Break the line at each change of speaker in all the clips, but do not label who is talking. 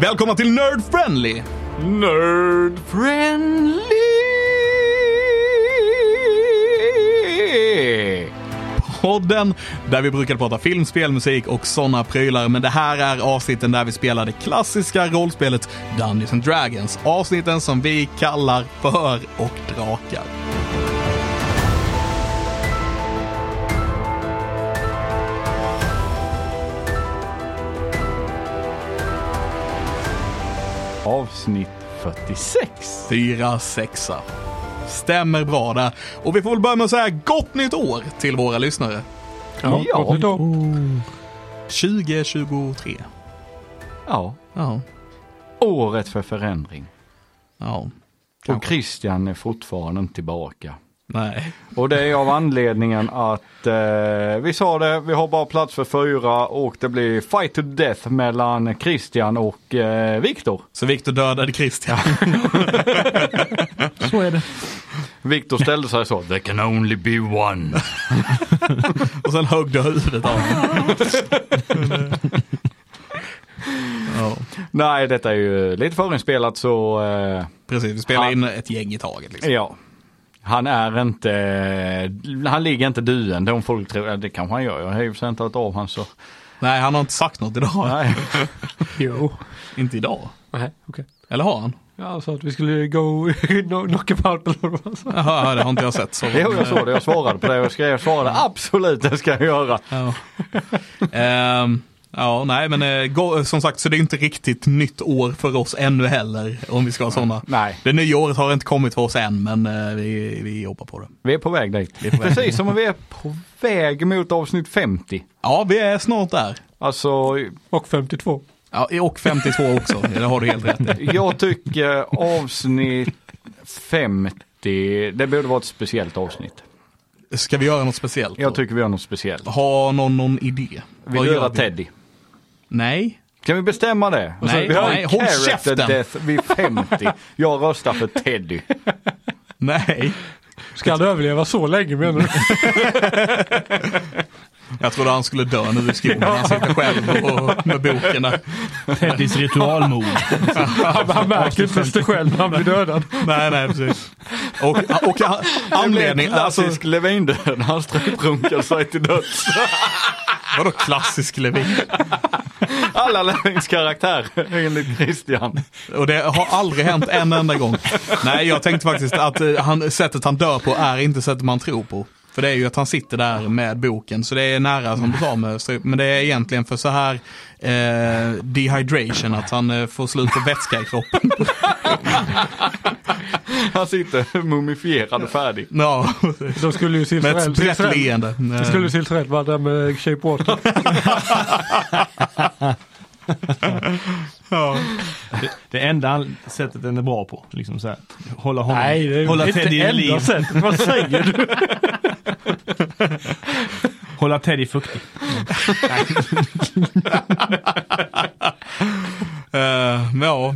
Välkomna till Nerd Friendly!
Nerd friendly!
Podden där vi brukar prata film, spel, musik och sådana prylar. Men det här är avsnitten där vi spelar det klassiska rollspelet Dungeons and Dragons. Avsnitten som vi kallar för och drakar.
Avsnitt 46.
Fyra sexa. Stämmer bra där. Och vi får väl börja med att säga gott nytt år till våra lyssnare.
Ja,
Ja.
gott nytt år.
2023.
Ja,
Ja.
året för förändring.
Ja.
Och Christian är fortfarande inte tillbaka.
Nej.
Och det är av anledningen att eh, vi sa det, vi har bara plats för fyra och det blir fight to death mellan Christian och eh, Viktor.
Så Viktor dödade Christian.
Så är det.
Viktor ställde sig så, there can only be one.
Och sen högg du huvudet av honom. ja,
Nej, detta är ju lite förinspelat så eh,
precis. Vi spelar
Han-
in ett gäng i taget. Liksom.
Ja. Han är inte, han ligger inte döende om folk tror, ja, det kanske han gör, jag har ju inte tagit av han så.
Nej, han har inte sagt något idag.
Nej.
Jo.
Inte idag.
Nej, okej.
Eller har han?
Jag sa att vi skulle go kno- knock him out eller vad man sa.
Jaha, det har inte jag sett. Så.
Jo jag såg det, jag svarade på det, jag skrev, jag svarade absolut det ska jag göra.
Ja. Ehm, ja, nej men eh, gå, som sagt så det är inte riktigt nytt år för oss ännu heller. Om vi ska ha sådana.
Nej.
Det nya året har inte kommit för oss än men eh, vi, vi jobbar på det.
Vi är på väg dit.
är på väg.
Precis som vi är på väg mot avsnitt 50.
Ja, vi är snart där.
Alltså,
Och 52.
Ja, och 52 också, det har du helt rätt i.
jag tycker avsnitt 50, det borde vara ett speciellt avsnitt.
Ska vi göra något speciellt?
Jag
då?
tycker vi gör något speciellt.
Har någon någon idé?
Vi
Vad gör
gör
vi?
Teddy.
Nej.
Kan vi bestämma det? Och så-
Nej,
vi har en
nej, håll
character
käften.
death vid 50. Jag röstar för Teddy.
Nej.
Ska han överleva så länge menar du?
Jag trodde han skulle dö nu i skogen. Han sitter själv och med boken där.
Teddys ritualmord.
Han, han märker inte ens det själv när han blir dödad.
Nej, nej, precis. Och, och a- anledning, alltså,
Klassisk Levindöd. Han stryprunkar sig till döds.
vadå klassisk Levin?
Alla Levins karaktärer enligt Christian.
Och det har aldrig hänt en enda gång. Nej, jag tänkte faktiskt att eh, han, sättet han dör på är inte sättet man tror på. För det är ju att han sitter där med boken, så det är nära som du sa med stryp- Men det är egentligen för så här eh, dehydration, att han eh, får slut på vätska i kroppen.
Han sitter mumifierad och färdig.
Ja,
De skulle ju
med ett brett
Silterell
leende.
De skulle ju Silterell vara där med Shape Water.
Ja.
Det enda an- sättet den är bra på. Liksom så här. Hålla honom,
Nej, det
hålla
är inte
Teddy i liv.
enda sättet. Vad säger du?
Hålla Teddy fuktig.
Eh, ja,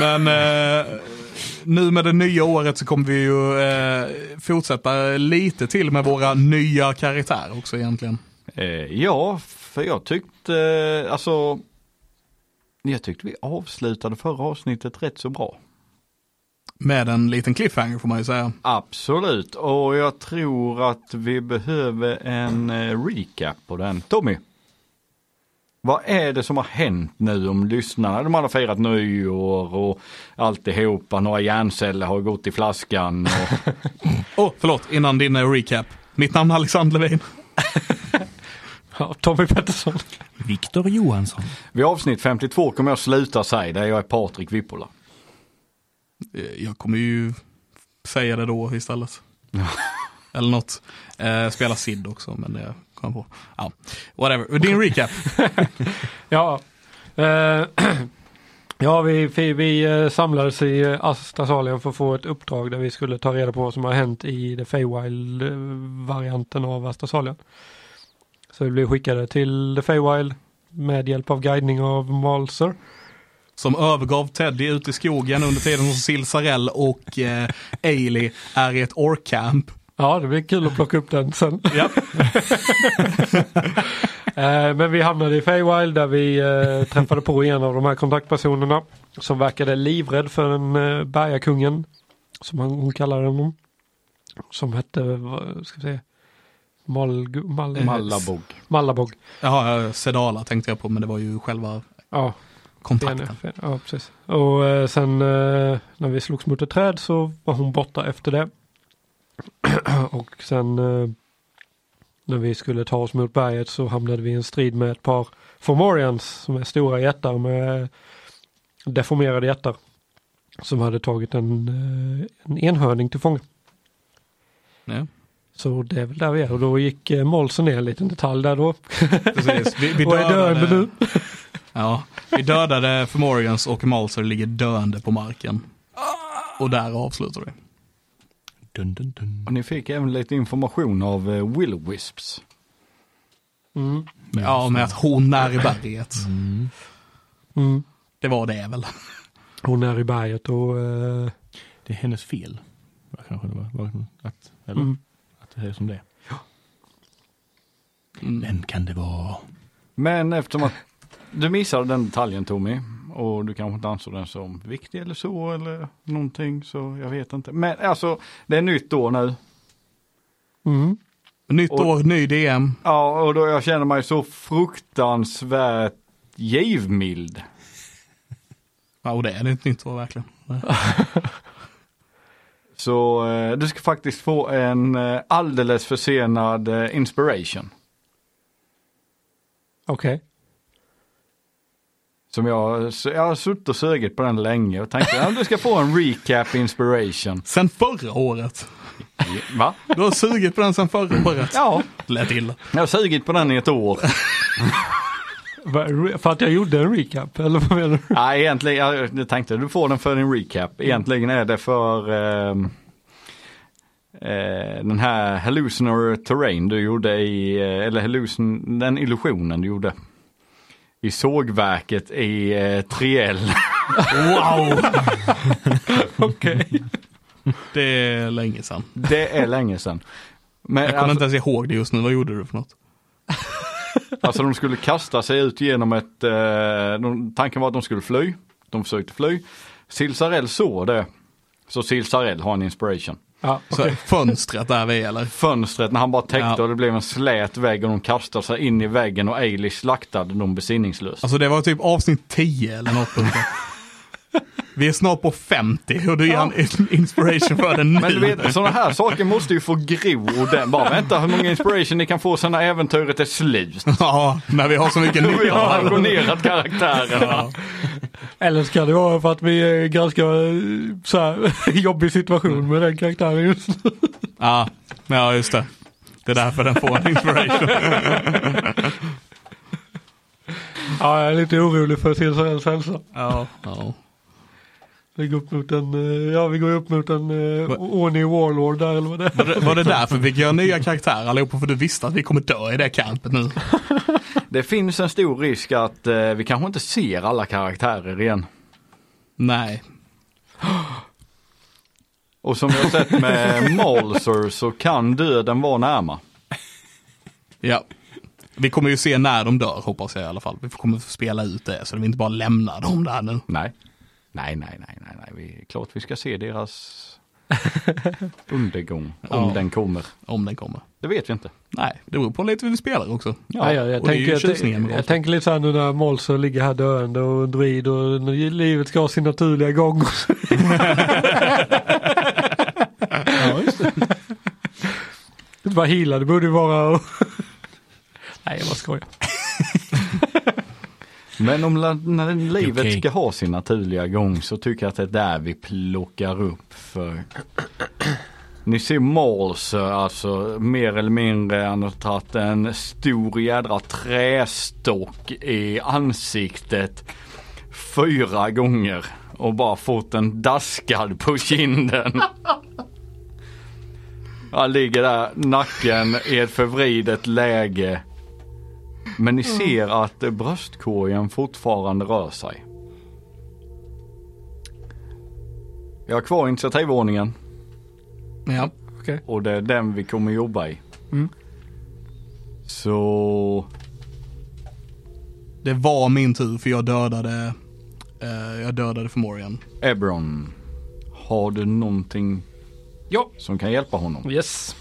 men eh, nu med det nya året så kommer vi ju eh, fortsätta lite till med våra nya karaktärer också egentligen.
Eh, ja, för jag tyckte, eh, alltså. Jag tyckte vi avslutade förra avsnittet rätt så bra.
Med en liten cliffhanger får man ju säga.
Absolut, och jag tror att vi behöver en eh, recap på den. Tommy, vad är det som har hänt nu om lyssnarna? De har firat nyår och alltihopa, några hjärnceller har gått i flaskan. Och...
Åh, oh, förlåt, innan din eh, recap. Mitt namn är Alexander Levin.
Ja, Tommy Pettersson.
Viktor Johansson.
Vid avsnitt 52 kommer jag sluta säga det, jag är Patrik Vippola.
Eh, Jag kommer ju säga det då istället. Eller något. Eh, spela Sid också, men det kom jag på. Ja, whatever. Din recap.
Ja, eh, ja vi, vi, vi eh, samlades i eh, Astasalen för att få ett uppdrag där vi skulle ta reda på vad som har hänt i det Feywild-varianten av Astasalen. Så vi blev skickade till The Feywild med hjälp av guidning av Malser.
Som övergav Teddy ute i skogen under tiden som Silsarell och eh, Ailey är i ett orkcamp.
Ja, det blir kul att plocka upp den sen.
Ja.
Eh, men vi hamnade i Feywild där vi eh, träffade på en av de här kontaktpersonerna som verkade livrädd för den eh, bergakungen. Som han, hon kallade honom. Som hette, vad ska vi säga, Malg, Mal,
Mallabog.
Mallabog.
Jaha, ja, Sedala tänkte jag på, men det var ju själva
Ja,
kontakten.
Fene, Fene, Ja, precis. Och eh, sen eh, när vi slogs mot ett träd så var hon borta efter det. och sen eh, när vi skulle ta oss mot berget så hamnade vi i en strid med ett par Formorians som är stora jättar med eh, deformerade jättar. Som hade tagit en, eh, en enhörning till fånga.
Ja,
Så det är väl där vi är och då gick eh, Molson ner en liten detalj där då.
precis. Vi, vi
och är döende nu.
Ja, vi dödade Fomorians och Malser ligger döende på marken. Och där avslutar vi.
Dun, dun, dun.
Och ni fick även lite information av eh, Will Wisps.
Mm.
Ja, med att hon är i berget.
Mm.
Det var det väl.
Hon är i berget och eh,
Det är hennes fel. Ja, Kanske det var, var att, eller,
mm.
att det är som det är.
Mm.
Vem kan det vara?
Men eftersom att du missade den detaljen Tommy och du kanske inte ansåg den som viktig eller så eller någonting så jag vet inte. Men alltså det är nytt år nu.
Mm.
Nytt
Och-
år, ny DM.
Ja och då jag känner mig så fruktansvärt givmild.
Ja, och det är ett nytt år verkligen.
Så eh, du ska faktiskt få en eh, alldeles försenad eh, inspiration.
Okej.
Som jag, så jag har suttit och sugit på den länge och tänkte att du ska få en recap inspiration.
Sen förra året.
Va?
Du har sugit på den sen förra året.
Ja,
Lät illa.
jag har sugit på den i ett år.
Va, re- För att jag gjorde en recap eller vad menar du?
Nej, egentligen, jag jag tänkte du får den för din recap. Egentligen är det för ehm, eh, den här hallucinatory terrain du gjorde i, eh, eller hallucin, den illusionen du gjorde. I sågverket i eh, Triel.
Wow!
Okej.
Det är länge sedan.
Det är länge sedan. Men
Jag kommer
alltså,
inte ens ihåg det just nu. Vad gjorde du för något?
alltså de skulle kasta sig ut genom ett, eh, de, tanken var att de skulle fly. De försökte fly. Silsarell såg det. Så Silsarell har en inspiration.
Ja,
Så
okej.
fönstret där vi är, eller?
fönstret när han bara täckte
Ja.
och det blev en slät vägg och de kastade sig in i väggen och Ailey slaktade dem besinningslöst.
Alltså det var typ avsnitt 10 eller något. sånt där. Vi är snart på 50 och du ger han in- inspiration för den nu.
Men du vet, sådana här saker måste ju få gro den. Bara vänta hur många inspiration ni kan få sen när äventyret är slut.
Ja, när vi har så mycket
Vi har
nytta av det.
pensionerat karaktärerna.
Ja.
Eller ska det vara för att vi är i ganska eh, så här, jobbig situation med den karaktären just nu?
Ja. ja, just det. Det är därför den får en inspiration.
Ja, jag är lite orolig för Silsarells hälsa.
Ja. Ja.
Vi går upp mot en, eh, ja vi går upp mot en
Va-
uh, ordning warlord där eller vad det är.
Var, det, var det därför vi fick göra nya karaktärer allihopa? För du visste att vi kommer dö i det campet nu.
Det finns en stor risk att eh, vi kanske inte ser alla karaktärer igen.
Nej.
Och som vi har sett med Malser så kan döden vara närma.
Ja. Vi kommer ju se när de dör hoppas jag i alla fall. Vi kommer spela ut det så att vi inte bara lämnar dem där nu.
Nej. Nej, nej, nej, nej, nej. Vi, klart vi ska se deras undergång. Om
Ja.
den kommer.
Om den kommer.
Det vet vi inte.
Nej, det beror på lite hur vi spelar också.
Ja, ja, jag,
och det är ju
tänker, jag,
tjusningen med
jag,
rollspel.
tänker lite så här nu när Molso ligger här döende och druid och när livet ska ha sin naturliga gång.
Ja, just det.
Det var hila, det borde ju vara... och- Nej jag bara skojar.
Men om la- när livet
okej.
ska ha sin naturliga gång så tycker jag att det är där vi plockar upp för ni ser Mals alltså mer eller mindre han har tagit en stor jädra trästock i ansiktet fyra gånger och bara fått en daskad på kinden. Han ligger där nacken i ett förvridet läge. Men ni ser att eh, bröstkorgen fortfarande rör sig. Jag har kvar initiativordningen
Ja.
Okej.
och det är den vi kommer jobba i.
Mm.
Så
Det var min tur för jag dödade, eh, jag dödade Fomorian.
Ebron, har du någonting
Ja,
som kan hjälpa honom?
yes.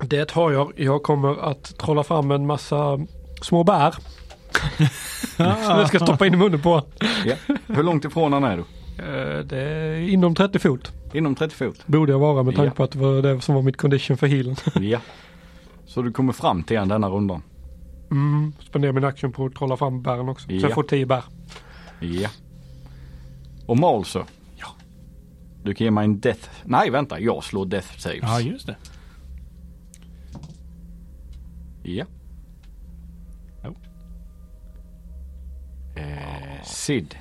Det har jag. Jag kommer att trolla fram en massa små bär. som jag ska stoppa in i munnen på.
Ja. Hur långt ifrån han är du?
Eh, Det är inom 30 fot.
Inom 30 fot?
Borde jag vara med tanke
Ja.
på att det var det som var mitt condition för healen.
Ja. Så du kommer fram till han denna rundan?
Mm. Spenderar min action på att trolla fram bären också. Så
Ja.
jag får 10 bär.
Ja. Och mal så?
Ja.
Du kan ge mig en death... Nej vänta, jag slår death saves.
Ja, just det.
Ja.
Jo.
Eh, Sid.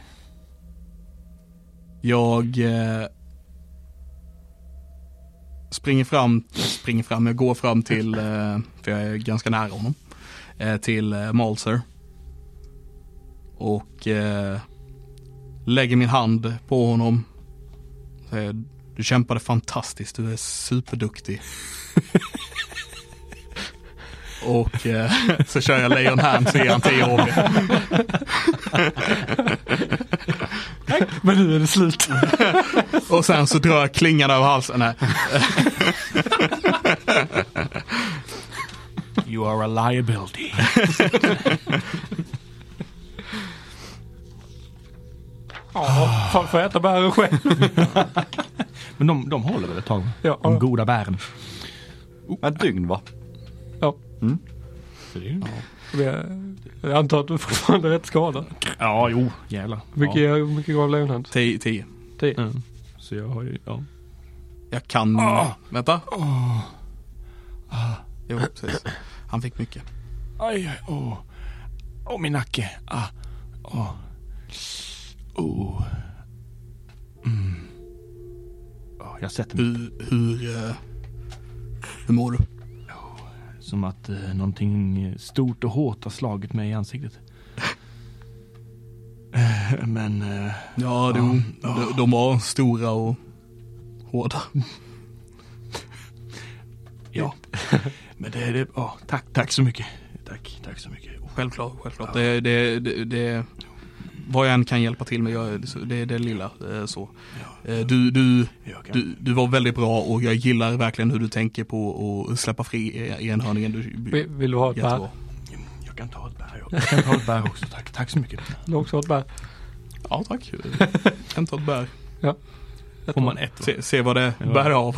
Jag eh, springer fram, springer fram, jag går fram till, eh, för jag är ganska nära honom, eh, till eh, Malser. Och eh, lägger min hand på honom. Säger, du kämpade fantastiskt, du är superduktig. Och eh, så kör jag Leon Hand så ger han 10 år.
Men nu är det slut.
Och sen så drar jag klingan över halsen. Nej.
You are a liability.
Ja, fan får jag äta bären själv.
Men de, de håller väl ett tag? va?
Ja.
De goda bären.
Ett dygn va?
Ja.
Så det är ju-
Men Jag jag antar att du fortfarande är rätt skadad.
Ja, jo, jävlar.
Mycket,
Ja.
ja. mycket gav Leonhand?
10, 10.
Tio.
Mm. Så jag har ju, ja.
Jag kan... Vänta. Ah. Jo, precis. Han fick mycket.
Aj, aj, åh. Åh, min nacke. Ah, åh. Oh. Mm. Åh, jag sätter mig
Hur, hur, eh, hur mår du?
som att eh, någonting eh, stort och hårt har slagit mig i ansiktet. Eh, Men, eh,
Ja, de, de, de var stora och hårda.
ja. Men det, det, åh, tack, tack så mycket. Tack, tack så mycket. Oh,
Självklart, självklart. Det, det, det, det, vad jag än kan hjälpa till med, jag, det är det lilla. eh, Så. Eh, Du, du,
jag kan.
du, du var väldigt bra och jag gillar verkligen hur du tänker på att släppa fri eh, enhörningen.
Vill,
Du,
vill du ha ett
jättebra.
bär?
Jag kan ta ett bär. Jag, jag kan ta ett bär också. Tack, tack så mycket.
Vill du också ha ett bär?
Ja, tack. En ta ett bär.
Får man ett?
Se, se vad det bär av.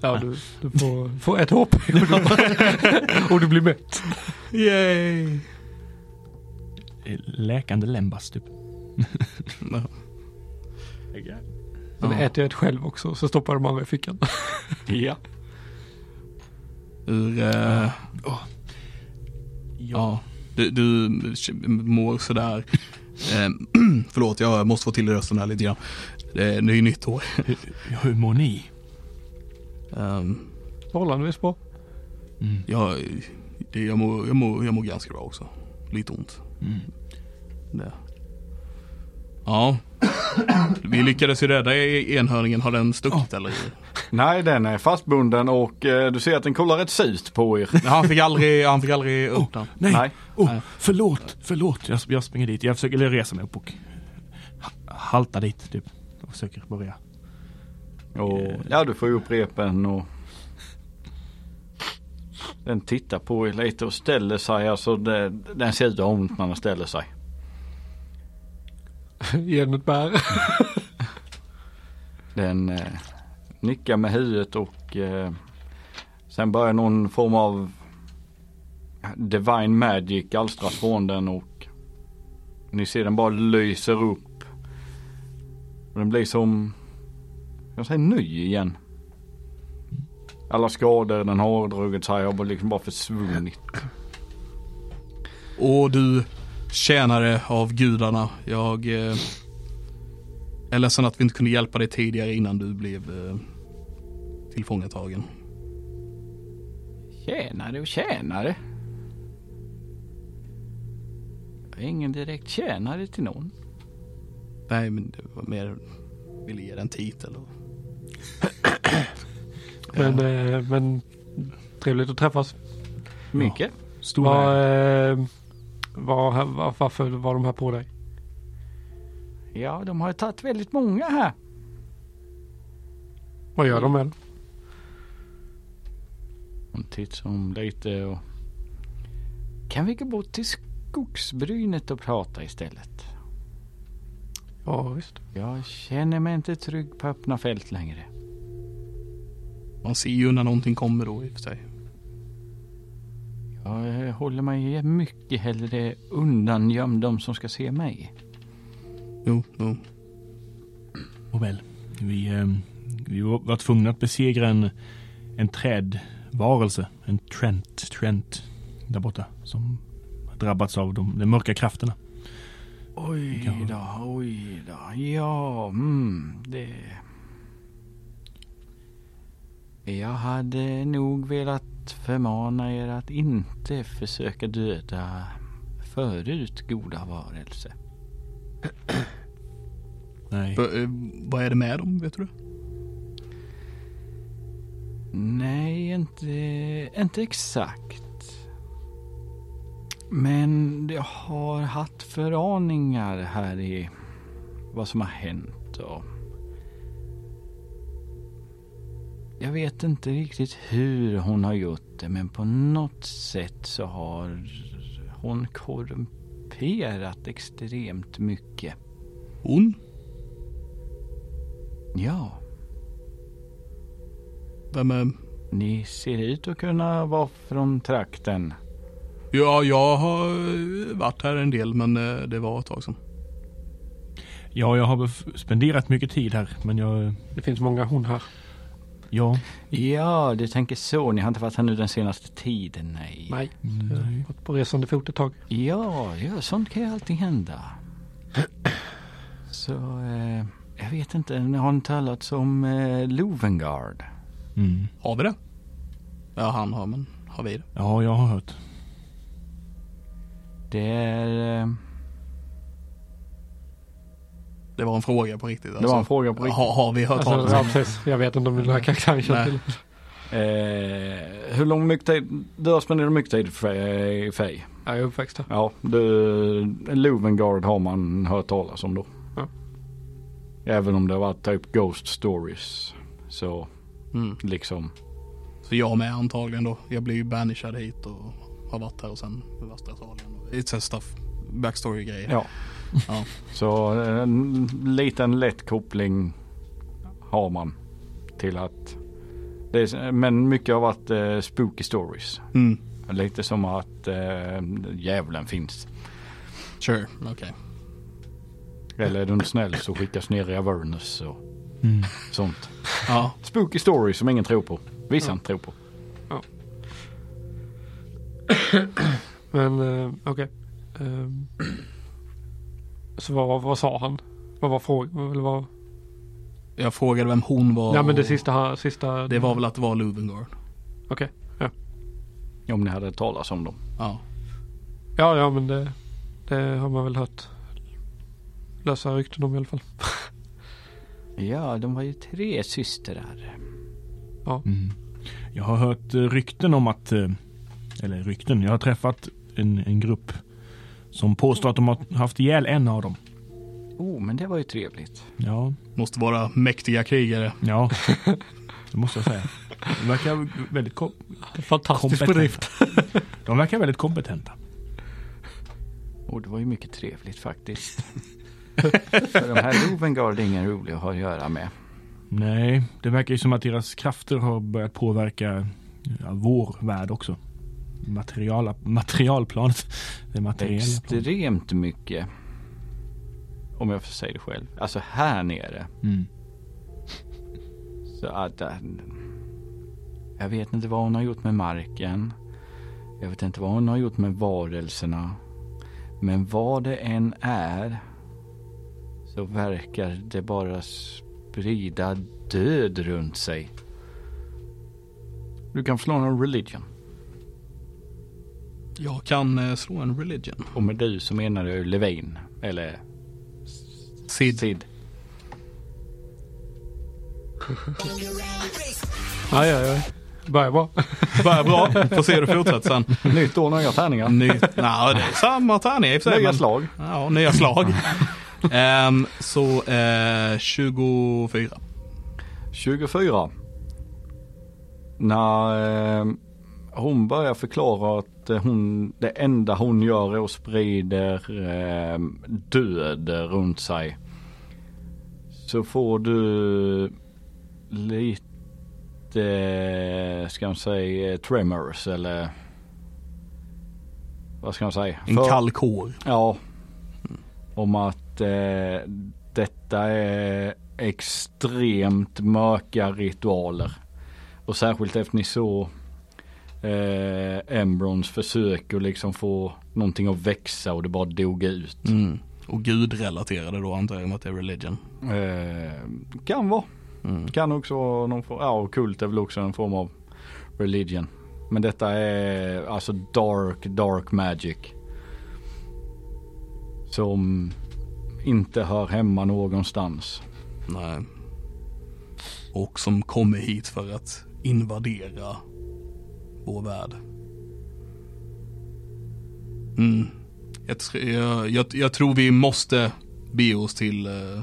Ja, du, du får, får ett hopp. Och du- Och du blir mätt.
Yay!
Eh, Läkande lembas typ.
Sen
Ja.
äter jag ett själv också, så stoppar de andra i fickan.
Ja.
Ur, eh, ja, du, du mår sådär. Eh, förlåt, jag måste få till rösten här lite grann. Det är det är ju nytt år.
Hur mår ni?
Ehm,
Förhållandevis bra.
jag, det, jag, mår, jag, mår, jag mår ganska bra också. Lite ont. Det. Ja, vi lyckades ju rädda e-, enhörningen. Har den stuckit eller?
Nej den är fastbunden och eh, du ser att den kollar rätt surt på er.
Han fick aldrig, han fick aldrig upp den.
Nej,
Nej.
Oh,
Nej.
förlåt, förlåt. Jag, jag springer dit. Jag försöker eller resa mig upp och ha- halta dit typ. Och försöker börja.
Och, ja du får ju upp repen och den tittar på er lite och ställer sig. Alltså det, den ser ut att ha ont när den ställer sig.
Ge den ett bär.
Den eh, nickar med huvudet och eh, sen börjar någon form av divine magic alstras från den och ni ser den bara lyser upp. Och den blir som, jag säger ny igen. Alla skador den har dragit sig har bara liksom bara försvunnit.
Och du tjänare av gudarna. Jag eh, är ledsen att vi inte kunde hjälpa dig tidigare innan du blev eh, tillfångatagen.
Tjänare och tjänare. Jag är ingen direkt tjänare till någon.
Nej, men det var mer ville ge dig en titel. Och...
Men, eh, men trevligt att träffas.
Mycket.
Stora.
Vad, eh, vad, vad, varför var de här på dig?
Ja, de har ju tagit väldigt många här.
Vad gör de med
Mm.
dem?
Hon tittar om lite och... Kan vi gå bort till skogsbrynet och prata istället?
Ja visst.
Jag känner mig inte trygg på öppna fält längre.
Man ser ju när någonting kommer då i och för sig.
Jag eh, håller mig mycket hellre undan gömd de som ska se mig.
Jo, jo.
Nobel. Vi, eh, vi var var tvungna att besegra en, en trädvarelse, en Trent, Trent där borta som har drabbats av de, de mörka krafterna.
Oj
Ja.
då, oj då. Ja, mm, det... Jag hade nog velat förmana er att inte försöka döda förut goda varelser.
Nej,
B- eh, vad är det med dem, vet du det?
Nej, inte, inte exakt. Men jag har haft föraningar här i vad som har hänt. Och jag vet inte riktigt hur hon har gjort det men på något sätt så har hon korrumperat extremt mycket.
Hon?
Ja.
Vem är...
Ni ser ut att kunna vara från trakten.
Ja, jag har eh, varit här en del men eh, det var ett tag sedan.
ja, jag har bef- spenderat mycket tid här, men jag,
Det finns många hon här.
ja,
Ja, du tänker så. Ni har inte varit här nu den senaste tiden, nej.
Nej. Jag har varit på resande fot ett tag.
Ja, ja, sånt kan ju alltid hända. Så, eh, jag vet inte. Ni har ni talat som eh, Lovengard?
mm.
Har vi det? Ja, han har men har vi det?
ja, jag har hört.
Det är... Eh,
Det var en fråga på riktigt.
det var en fråga på riktigt.
Har, har vi hört
Alltså,
talas
ja,
om det?
precis. Jag vet inte om den här karaktären känner
Nej.
till
Eh, hur lång mycket Du har spenderat mycket tid för Fej?
Ja, jag är uppväxt här.
Ja, du, Lovengard har man hört talas om då.
Ja.
Även om det har varit typ Ghost Stories. Så
Mm.
liksom.
Så jag med antagligen då. Jag blev ju banishad hit och har varit här och sen i västra Italien. It's a stuff. Backstory-grejer.
Ja.
Ja.
Så en liten lätt koppling har man till att det är, men mycket har varit eh, spooky stories.
Mm.
Lite som att eh, djävulen finns.
Sure, okej.
Eller är du inte snäll så skickas ner i Avernus och
Mm.
sånt.
Ja,
Spooky stories som ingen tror på. Vissa inte tror på.
Men eh, okej. Eh, så vad, vad sa han? Vad var frågan? Eller vad?
jag frågade vem hon var.
Ja men det
och
sista. han- sista
Det var väl att det var Lovengard.
Okej.
Om ni hade hört talas om dem.
Ja.
Ja ja men det, det har man väl hört lösa rykten om i alla fall.
Ja, de var ju tre systrar.
Mm. Jag har hört eh, rykten om att, eh, eller rykten, jag har träffat en, en grupp som påstår att de har haft ihjäl en av dem.
Oh, men det var ju trevligt.
Ja,
Måste vara mäktiga krigare.
ja, det måste jag säga. De verkar väldigt kom-
Fantastisk
kompetenta.
bedrift.
De verkar väldigt kompetenta.
Och det var ju mycket trevligt faktiskt. För de här Lovengard är inga roliga att ha att göra med.
Nej, det verkar ju som att deras krafter har börjat påverka ja, vår värld också. Materiala, materialplanet. Det materiella planet.
Extremt mycket. Om jag får säga det själv. Alltså här nere.
Mm.
Så att, äh, jag vet inte vad hon har gjort med marken. Jag vet inte vad hon har gjort med varelserna. Men vad det än är så verkar det bara sprida död runt sig. Du kan slå någon religion.
Jag kan eh, slå en religion.
Och med du så menar du Levin. Eller
Sid.
Sid.
Aj, aj, aj. Börjar bra.
Börjar bra, får se hur det fortsätter sen.
Nytt år, nya tärningar.
Ny, nej, det är samma tärning i och för sig.
Nya
men-
slag.
Ja, nya slag. Ehm, så eh, 24.
24. När eh, hon börjar förklara att eh, hon, det enda hon gör är att sprider eh, död runt sig. Så får du lite, eh, ska man säga, eh, tremors eller vad ska man säga?
En
För-
kall kår.
Ja. Om att eh, detta är extremt mörka ritualer. Och särskilt efter ni såg eh, Embrons försök att liksom få någonting att växa och det bara dog ut.
Mm. Och gudrelaterade då antar jag med att det är religion.
Eh, kan vara.
Mm.
Kan också vara någon form, ja och kult är väl också en form av religion. Men detta är alltså dark, dark magic. Som inte hör hemma någonstans.
Nej. Och som kommer hit för att invadera vår värld. Mm. Jag, tr- jag, jag, jag tror vi måste bege oss till eh,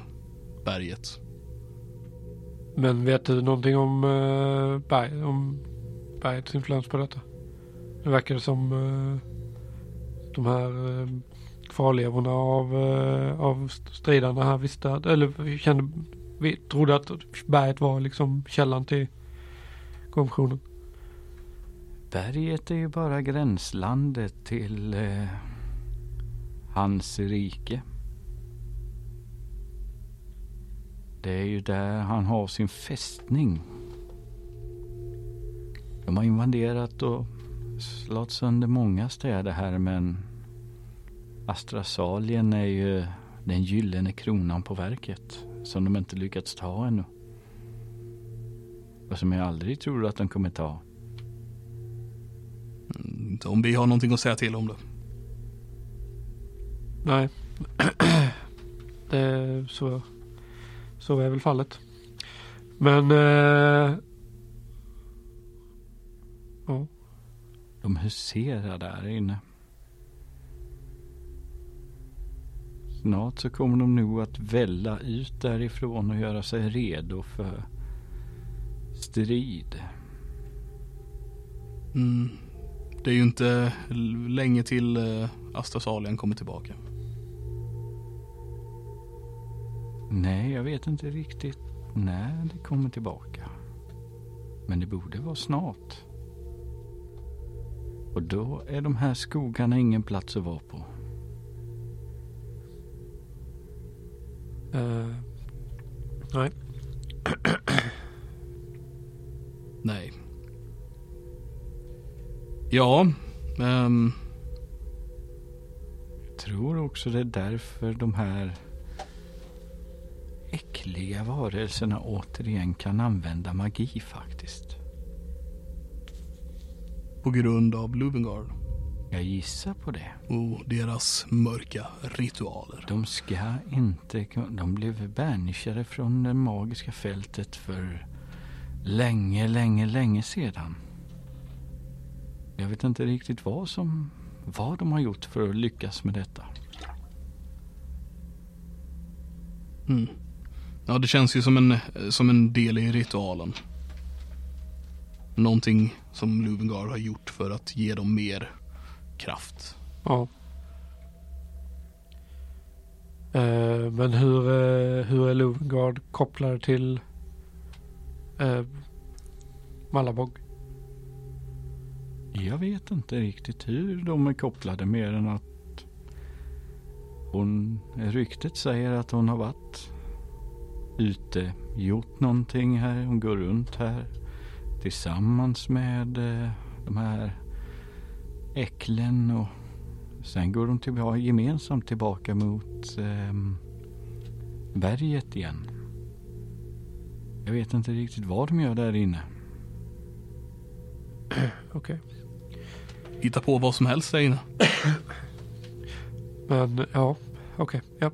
berget.
Men vet du någonting om, eh, berg, om bergets influens på detta? Det verkar som eh, de här eh, kvarlevorna av, eh, av stridarna här visste, att- eller kände, vi trodde att berget var liksom källan till korruptionen.
Berget är ju bara gränslandet till eh, hans rike. Det är ju där han har sin fästning. De har invaderat och slagit sönder många städer här men Astrasalien är ju den gyllene kronan på verket som de inte lyckats ta ännu. Och som jag aldrig tror att de kommer ta.
Mm, Inte om vi har någonting att säga till om det.
Nej. det, så, så är väl fallet. Men... Eh, ja.
De huserar där inne. Snart så kommer de nog att välla ut därifrån och göra sig redo för strid.
Mm. Det är ju inte l- länge till eh, Astrasalien kommer tillbaka.
Nej, jag vet inte riktigt när det kommer tillbaka. Men det borde vara snart. Och då är de här skogarna ingen plats att vara på.
Eh,
Nej. Ja. ehm,
tror också det är därför de här äckliga varelserna återigen kan använda magi faktiskt.
på grund av Luvengard.
Jag gissar på det.
och deras mörka ritualer.
De ska inte kun- De blev banishade från det magiska fältet för länge, länge, länge sedan. Jag vet inte riktigt vad som... Vad de har gjort för att lyckas med detta.
Mm. Ja, det känns ju som en, som en del i ritualen. Någonting som Luvengard har gjort för att ge dem mer kraft.
ja. Eh, men hur, eh, hur är Lovengard kopplad till eh, Malabog?
Jag vet inte riktigt hur de är kopplade mer än att hon, ryktet säger att hon har varit ute, gjort någonting här. Hon går runt här tillsammans med eh, de här äcklen och sen går de tillbaka, gemensamt tillbaka mot ehm, berget igen. Jag vet inte riktigt vad de gör där inne.
Okej.
Hitta på vad som helst där inne.
Men ja, okej. ja.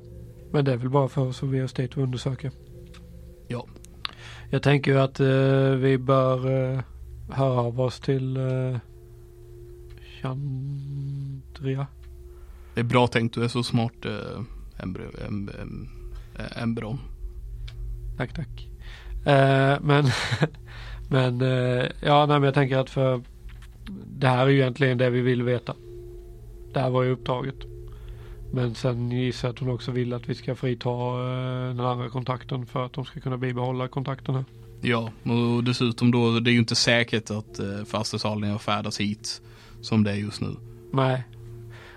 Men det är väl bara för oss och vi har state att undersöka.
Ja.
Jag tänker ju att eh, vi bör eh, höra av oss till eh, Chandria.
Det är bra tänkt, du är så smart eh, Embro, em, em, eh, Embron.
Tack, tack. Eh, men men eh, ja, nej, men jag tänker att för det här är ju egentligen det vi vill veta. Det här var ju uppdraget. Men sen gissar jag att hon också vill att vi ska frita eh, den andra kontakten för att de ska kunna bibehålla kontakten här.
Ja, och dessutom då, det är ju inte säkert att eh, fastighetshandlingar färdas hit som det är just nu.
Nej.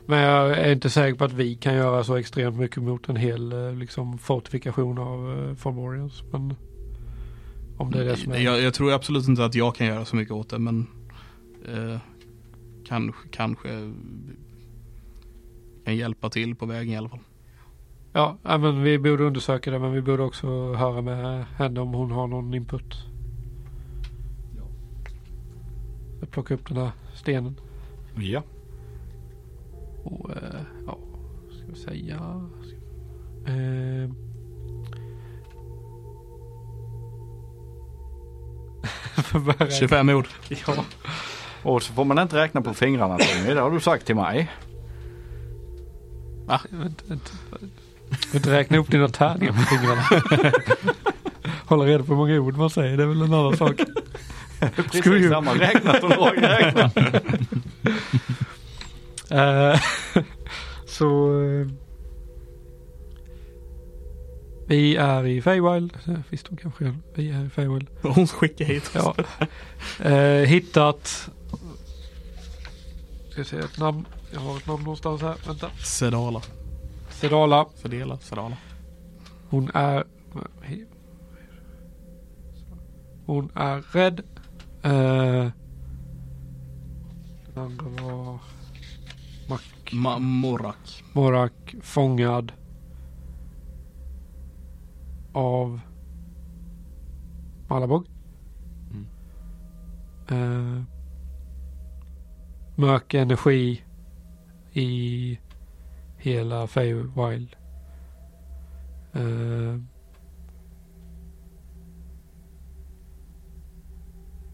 Men jag är inte säker på att vi kan göra så extremt mycket mot en hel eh, liksom, fortifikation av eh, Formorians. Men om det är det som är...
jag, jag tror absolut inte att jag kan göra så mycket åt det, men eh, kanske, kanske kan hjälpa till på vägen i alla fall.
Ja, ja, men vi borde undersöka det men vi borde också höra med henne om hon har någon input. Jag plockar upp den här stenen.
Ja.
Och eh, ja, ska vi säga... Eh. Förvärrad.
25 ord.
Ja.
Och så får man inte räkna på fingrarna Tommy. Det har du sagt till mig.
Vänta, vänta. Vänta, räkna upp dina tärningar på fingrarna. Hålla reda på hur många ord man säger, det är väl en annan sak.
Precis
Skulle-
samma. Räknat och lågräknat.
Eh, så... eh, vi är i Feywild. Eh, Visste hon kanske redan. Vi är i Feywild.
Hon skickar hit oss.
Ja. Eh, hittat... Ska se ett namn. Jag har ett namn någonstans här. Vänta.
Sedala.
Sedala.
Sedela. Sedala.
Hon är... Hon är rädd. Eh, den andra var... Mack.
Ma- Morak.
Morak fångad av Malabog.
Mm.
Eh, mörk energi i hela Feywild. Eh,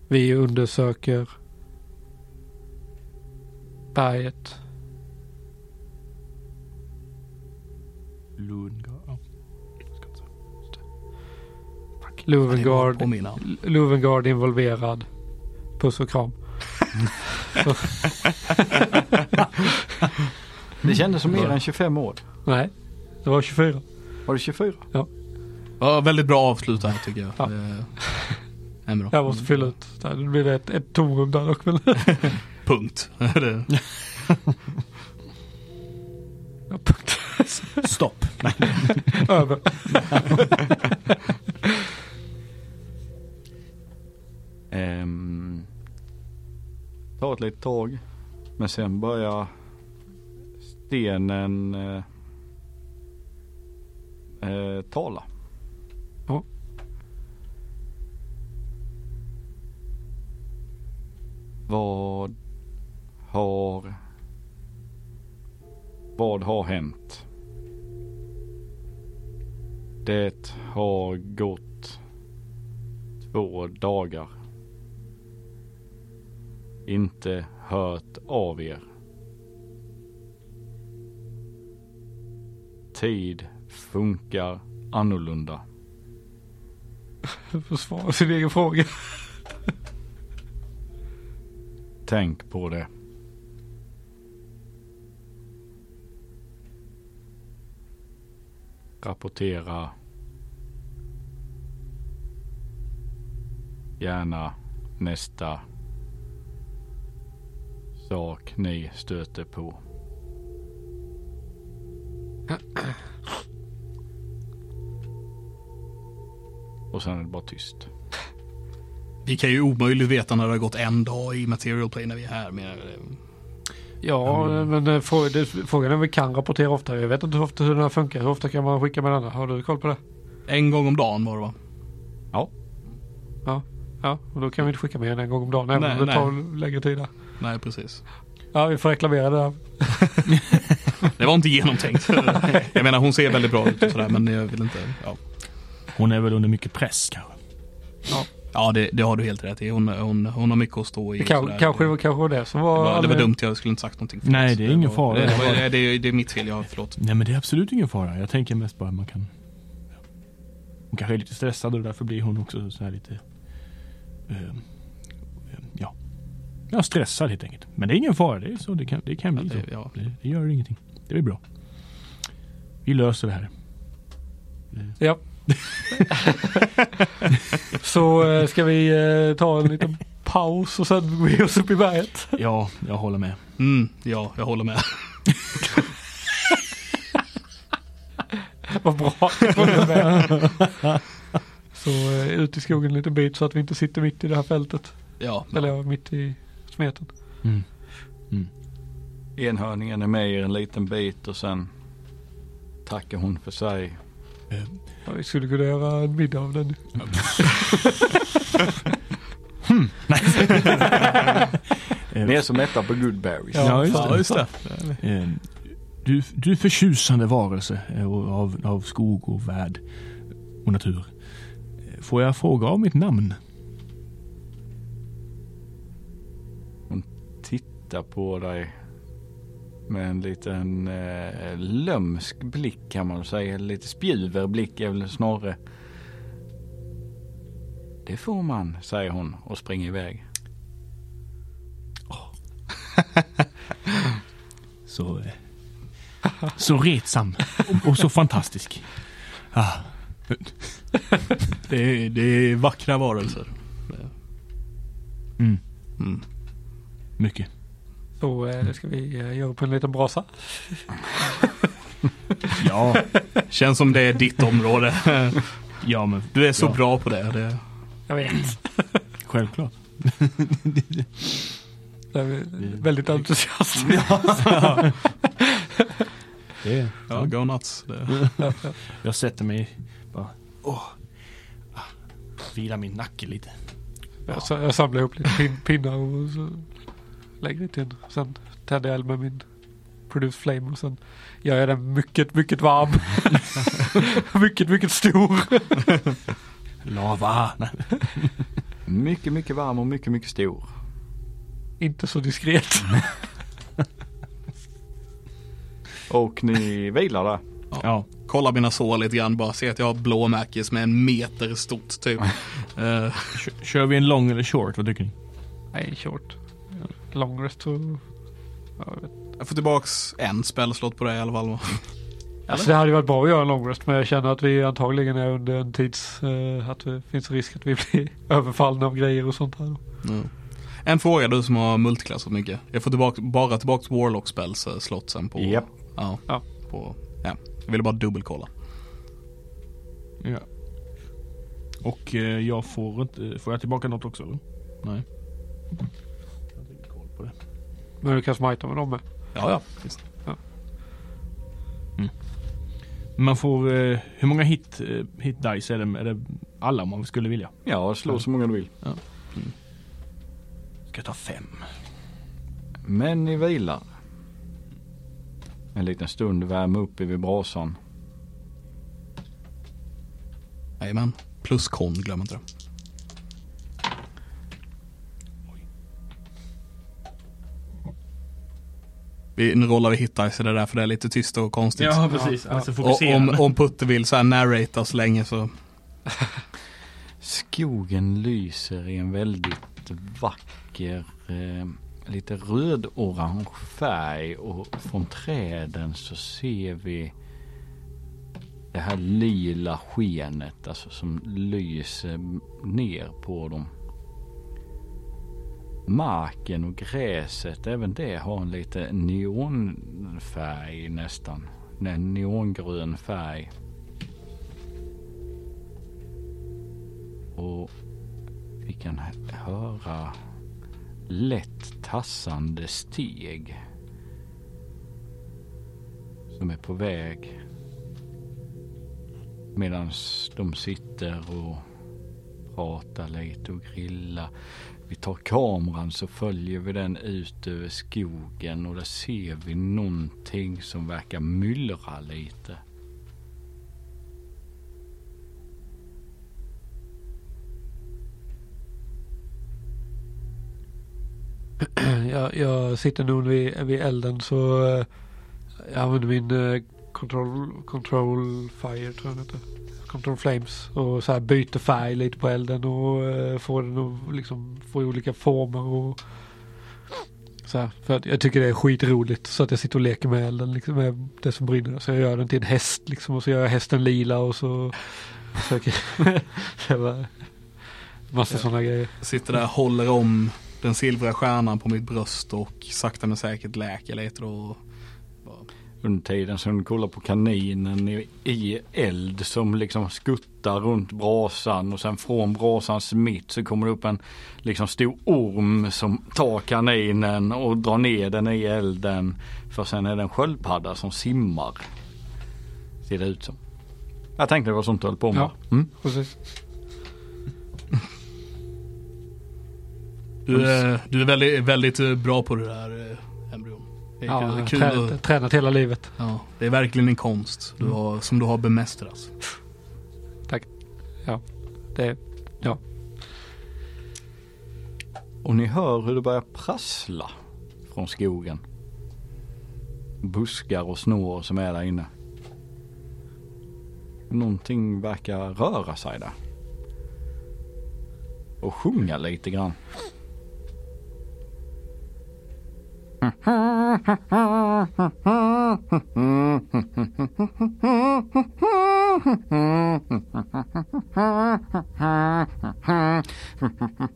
vi undersöker berget.
Lunga. Ja. Jag ska inte säga.
Lovengard
På mina.
Lovengard involverad. Puss och kram.
Det kändes som mer än 25 år.
Nej, det var 24.
Var det 24?
Ja, väldigt bra avslut här tycker jag.
Ja.
Eh, Embron.
Jag måste fylla ut. Där blir det ett, ett tomrum där dock. Men
Punkt. Det-
Ja, punkt.
Stopp.
Över.
Ehm, ta ett litet tag. Men sen börjar stenen eh, eh, tala.
Ja.
Vad har vad har hänt? Det har gått två dagar inte hört av er. Tid funkar annorlunda.
Försvara sin egen fråga.
Tänk på det. Rapportera gärna nästa sak ni stöter på. Och sen är det bara tyst.
Vi kan ju omöjligt veta när det har gått en dag i material plane när vi är här. Men eh,
Ja, men eh, frå- det- frågan är om vi kan rapportera ofta. Jag vet inte hur ofta hur den här funkar. Hur ofta kan man skicka med denna? Har du koll på det?
en gång om dagen var det va?
Ja, och då kan vi inte skicka med den en gång om dagen. Även om det
Nej,
tar längre tid. där.
Nej, precis.
Ja, vi får reklamera det här.
Det var inte genomtänkt. jag menar hon ser väldigt bra ut och sådär men jag vill inte. Ja.
Hon är väl under mycket press kanske.
Ja,
Ja, det, det har du helt rätt i. Hon, hon, hon har mycket att stå i.
Det
och
kan,
sådär.
kanske, var- kanske var det som
det,
var...
var, det var
anledningen.
dumt, jag skulle inte sagt någonting. förlåt.
Nej, det är ingen
var-
fara.
Det, det, det, är- det är mitt fel, jag förlåt.
Nej men det är absolut ingen fara. Jag tänker mest bara att man kan... Hon kanske är lite stressad och därför blir hon också så här lite... eh, eh, ja. Ja, stressad helt enkelt. Men det är ingen fara. Det är så. Det kan, det kan bli
Ja, det-
så.
ja.
Det, det gör ingenting. Det blir bra. Vi löser det här.
Ja. så eh, ska vi eh, ta en liten paus och sen går vi oss upp i berget.
Ja, jag håller med.
Mm, ja, jag håller med.
Vad bra. Jag håller med. så eh, ut i skogen en liten bit så att vi inte sitter mitt i det här fältet.
Ja,
Eller ja, mitt i smeten.
Mm.
Enhörningen är med er en liten bit och sen tackar hon för sig.
Ja, vi skulle kunna göra en middag av den.
Eh,
Ni är så mätta på goodberries.
Ja.
Ja, just
ja,
det.
just det.
Eh, Du, du är förtjusande varelse eh, och av, av skog och värld och natur. Eh, Får jag fråga om mitt namn?
Tittar på dig med en liten eh, lömsk blick kan man säga. Lite spjuver blick är väl snarare. Det får man, säger hon och springer iväg.
Så, eh, så retsam och så fantastisk. Ah,
Det är, det är vackra varelser.
mm,
Mm.
mycket.
Så eh, det ska vi eh, göra på en liten brasa.
Ja,
Känns som det är ditt område.
ja men
Du är så
Ja.
bra på det. det.
Jag vet.
självklart.
Det är väldigt entusiastiskt.
Det är,
Ja, go nuts. Det.
Jag sätter mig bara... Åh, ah, vila min nacke lite.
Jag, sa- jag samlade ihop lite pin, pinnar och så lägger det till. Sen tände jag eld med min Produce Flame och sen gör jag den mycket, mycket varm. mycket, mycket stor.
Lava! Nej.
Mycket, mycket varm och mycket, mycket stor.
Inte så diskret.
Och ni vilar där.
Ja,
Kolla mina sår lite grann bara, se att jag har blåmärken som är en meter stort typ. Eh,
kö- kör vi en lång eller short? Vad tycker ni?
Nej, short. Long rest så... Ja, jag vet.
jag får tillbaks en spelslott på det i alla fall.
Alltså det hade ju varit bra att göra en long rest men jag känner att vi antagligen är under en tids... eh, att det finns risk att vi blir överfallna av grejer och sånt här.
Ja. En fråga du som har multiklassat mycket. Jag får tillbaka, bara tillbaks warlock spells eh, slott sen på...
Japp.
Ja,
Ja.
På, ja. Jag ville bara dubbelkolla.
Ja. Och eh, jag får inte... Får jag tillbaka något också? eller? Nej.
Men du kan smita med dem med.
Ja, ja. Visst.
Mm. Man får... Eh, hur många hit, eh, hit dice är det? Är det alla om man skulle vilja?
Ja, slå så många du vill.
Ska jag ta fem?
Men ni vilar. En liten stund värmer upp vid brasan.
Jajamän. Plus kon, glöm inte det. Vi, nu rollar vi hitdice, det är därför det är lite tyst och konstigt.
precis. Alltså
Och om, om Putte vill så här narrata så länge så.
Skogen lyser i en väldigt vacker, eh, lite röd-orange färg och från träden så ser vi det här lila skenet alltså som lyser ner på dem. Marken och gräset, även det har en lite neonfärg nästan. En neongrön färg. Och vi kan hö- höra lätt tassande steg som är på väg medan de sitter och pratar lite och grillar. Vi tar kameran så följer vi den ut över skogen och där ser vi någonting som verkar myllra lite.
Eh, jag, jag sitter nog vid, vid elden så eh, jag använder min eh, control, control fire tror jag det heter. Control flames och så här byter färg lite på elden och eh, får den att liksom få olika former och så här. För att jag tycker det är skitroligt så att jag sitter och leker med elden liksom med det som brinner. Så jag gör den till en häst liksom och så gör jag hästen lila och så försöker det var massa sådana grejer.
Sitter där, håller om den silvriga stjärnan på mitt bröst och sakta men säkert läker lite då.
Under tiden som du kollar på kaninen i- i eld som liksom skuttar runt brasan och sen från brasans mitt så kommer det upp en liksom stor orm som tar kaninen och drar ner den i elden. För sen är det en sköldpadda som simmar. Ser det ut som. Jag tänkte det var sånt du höll på med.
Ja.
Mm.
Precis.
Du är, du är väldigt, väldigt eh, bra på det där eh, embryon. Det är
Ja,
kul-
jag har
kul att-
tränat, tränat hela livet.
Ja, det är verkligen en konst du har, som du har bemästrat.
Det,
Och ni hör hur det börjar prassla från skogen. Buskar och snår som är där inne. Någonting verkar röra sig där. Och sjunga lite grann.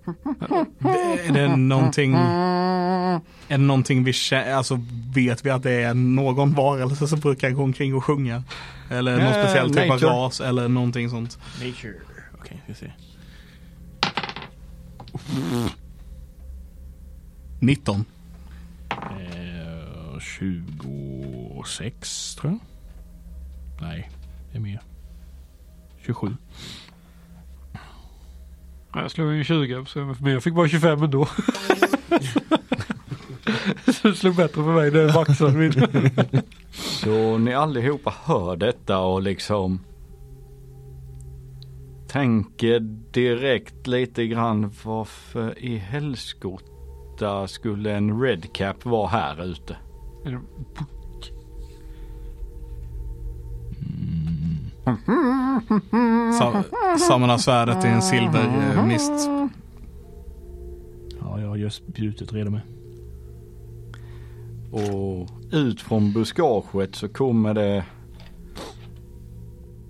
Är det någonting, är det någonting vi känner, alltså vet vi att det är någon varelse som brukar gå omkring och sjunga? Eller någon
Eh,
speciell typ av
nature.
ras eller någonting sånt?
Nature. Okej, vi ska se.
19.
Eh, 26 tror jag. Nej, det är mer. 27.
ja, jag slog ju 20 så jag- men jag fick bara 25 ändå. så det slog bättre för mig. Det maxade min.
Så ni allihopa hör detta och liksom tänker direkt lite grann varför i helskotta skulle en redcap vara här ute?
Sa, samlar svärdet i en eh, silvermist.
Ja, jag har just spjutet redo med.
Och ut från buskaget så kommer det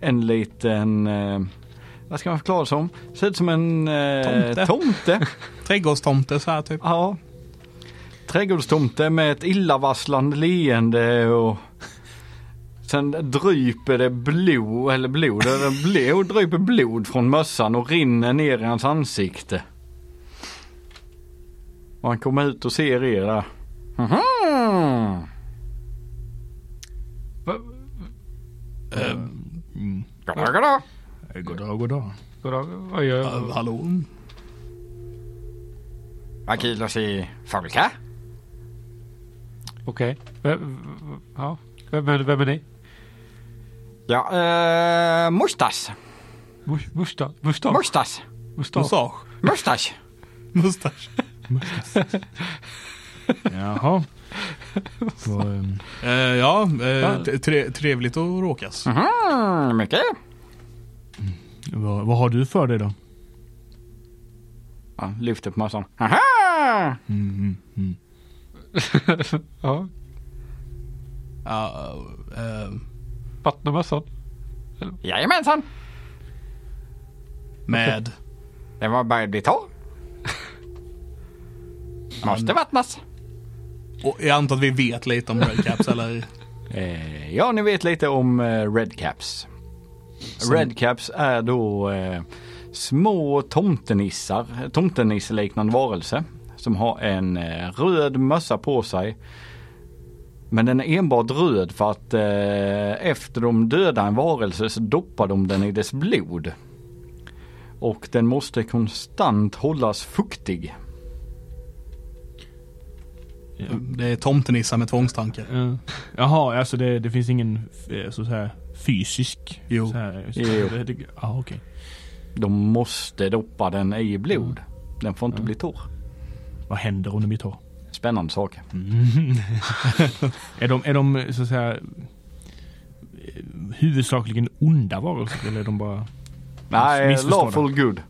en liten, eh, vad ska man förklara det som? Ser ut som en eh,
Tomte.
tomte.
Trädgårdstomte så här typ.
Ja. Trädgårdstomte med ett illavarslande leende och sen dryper det blod, eller blod, eller blod, dryper blod från mössan och rinner ner i hans ansikte. Och han kommer ut och ser er där. Mhm.
Mm.
Gada, gada.
Goddag, goddag.
Goddag. Vad gör
Uh,
jag?
hallå?
Vad kul att se Faulka.
Okej. Vem, ja. vem, är- vem är ni?
Ja, eh, mustas.
Mus- Musta? Mustasch?
Mustas.
Mustasch?
Mustasch?
Mustas.
Mustasch?
Jaha. Så, ehm,
Eh, ja, Mm. eh, t- tre, trevligt att råkas.
Mhm, mycket.
vad, vad har du för dig då?
Han lyfter på mössan. Aha!
Mm, mm,
Ja.
Ja, eh,
Vattnamössan?
Jajamensan.
med?
Det var bara ditt hår. Måste vattnas.
Och jag antar att vi vet lite om Redcaps eller?
Eh, ja, ni vet lite om eh, Redcaps. Redcaps är då eh, små tomtenissar, tomtenisseliknande varelse som har en eh, röd mössa på sig. Men den är enbart röd för att eh, efter de dödar en varelse så doppar de den i dess blod. Och den måste konstant hållas fuktig.
Det är tomtenissar med tvångstankar.
mm. Jaha, alltså det, det finns ingen eh, så, så här, fysisk...
Jo.
Så här, så,
Jo.
Det, det, ah, okej.
De måste doppa den i blod. Den får inte
Mm.
bli torr.
Vad händer om den blir torr?
spännande saker.
Är de, är de så att säga eh, huvudsakligen onda varelser eller är de bara
Nej,
missförstå
lawful good.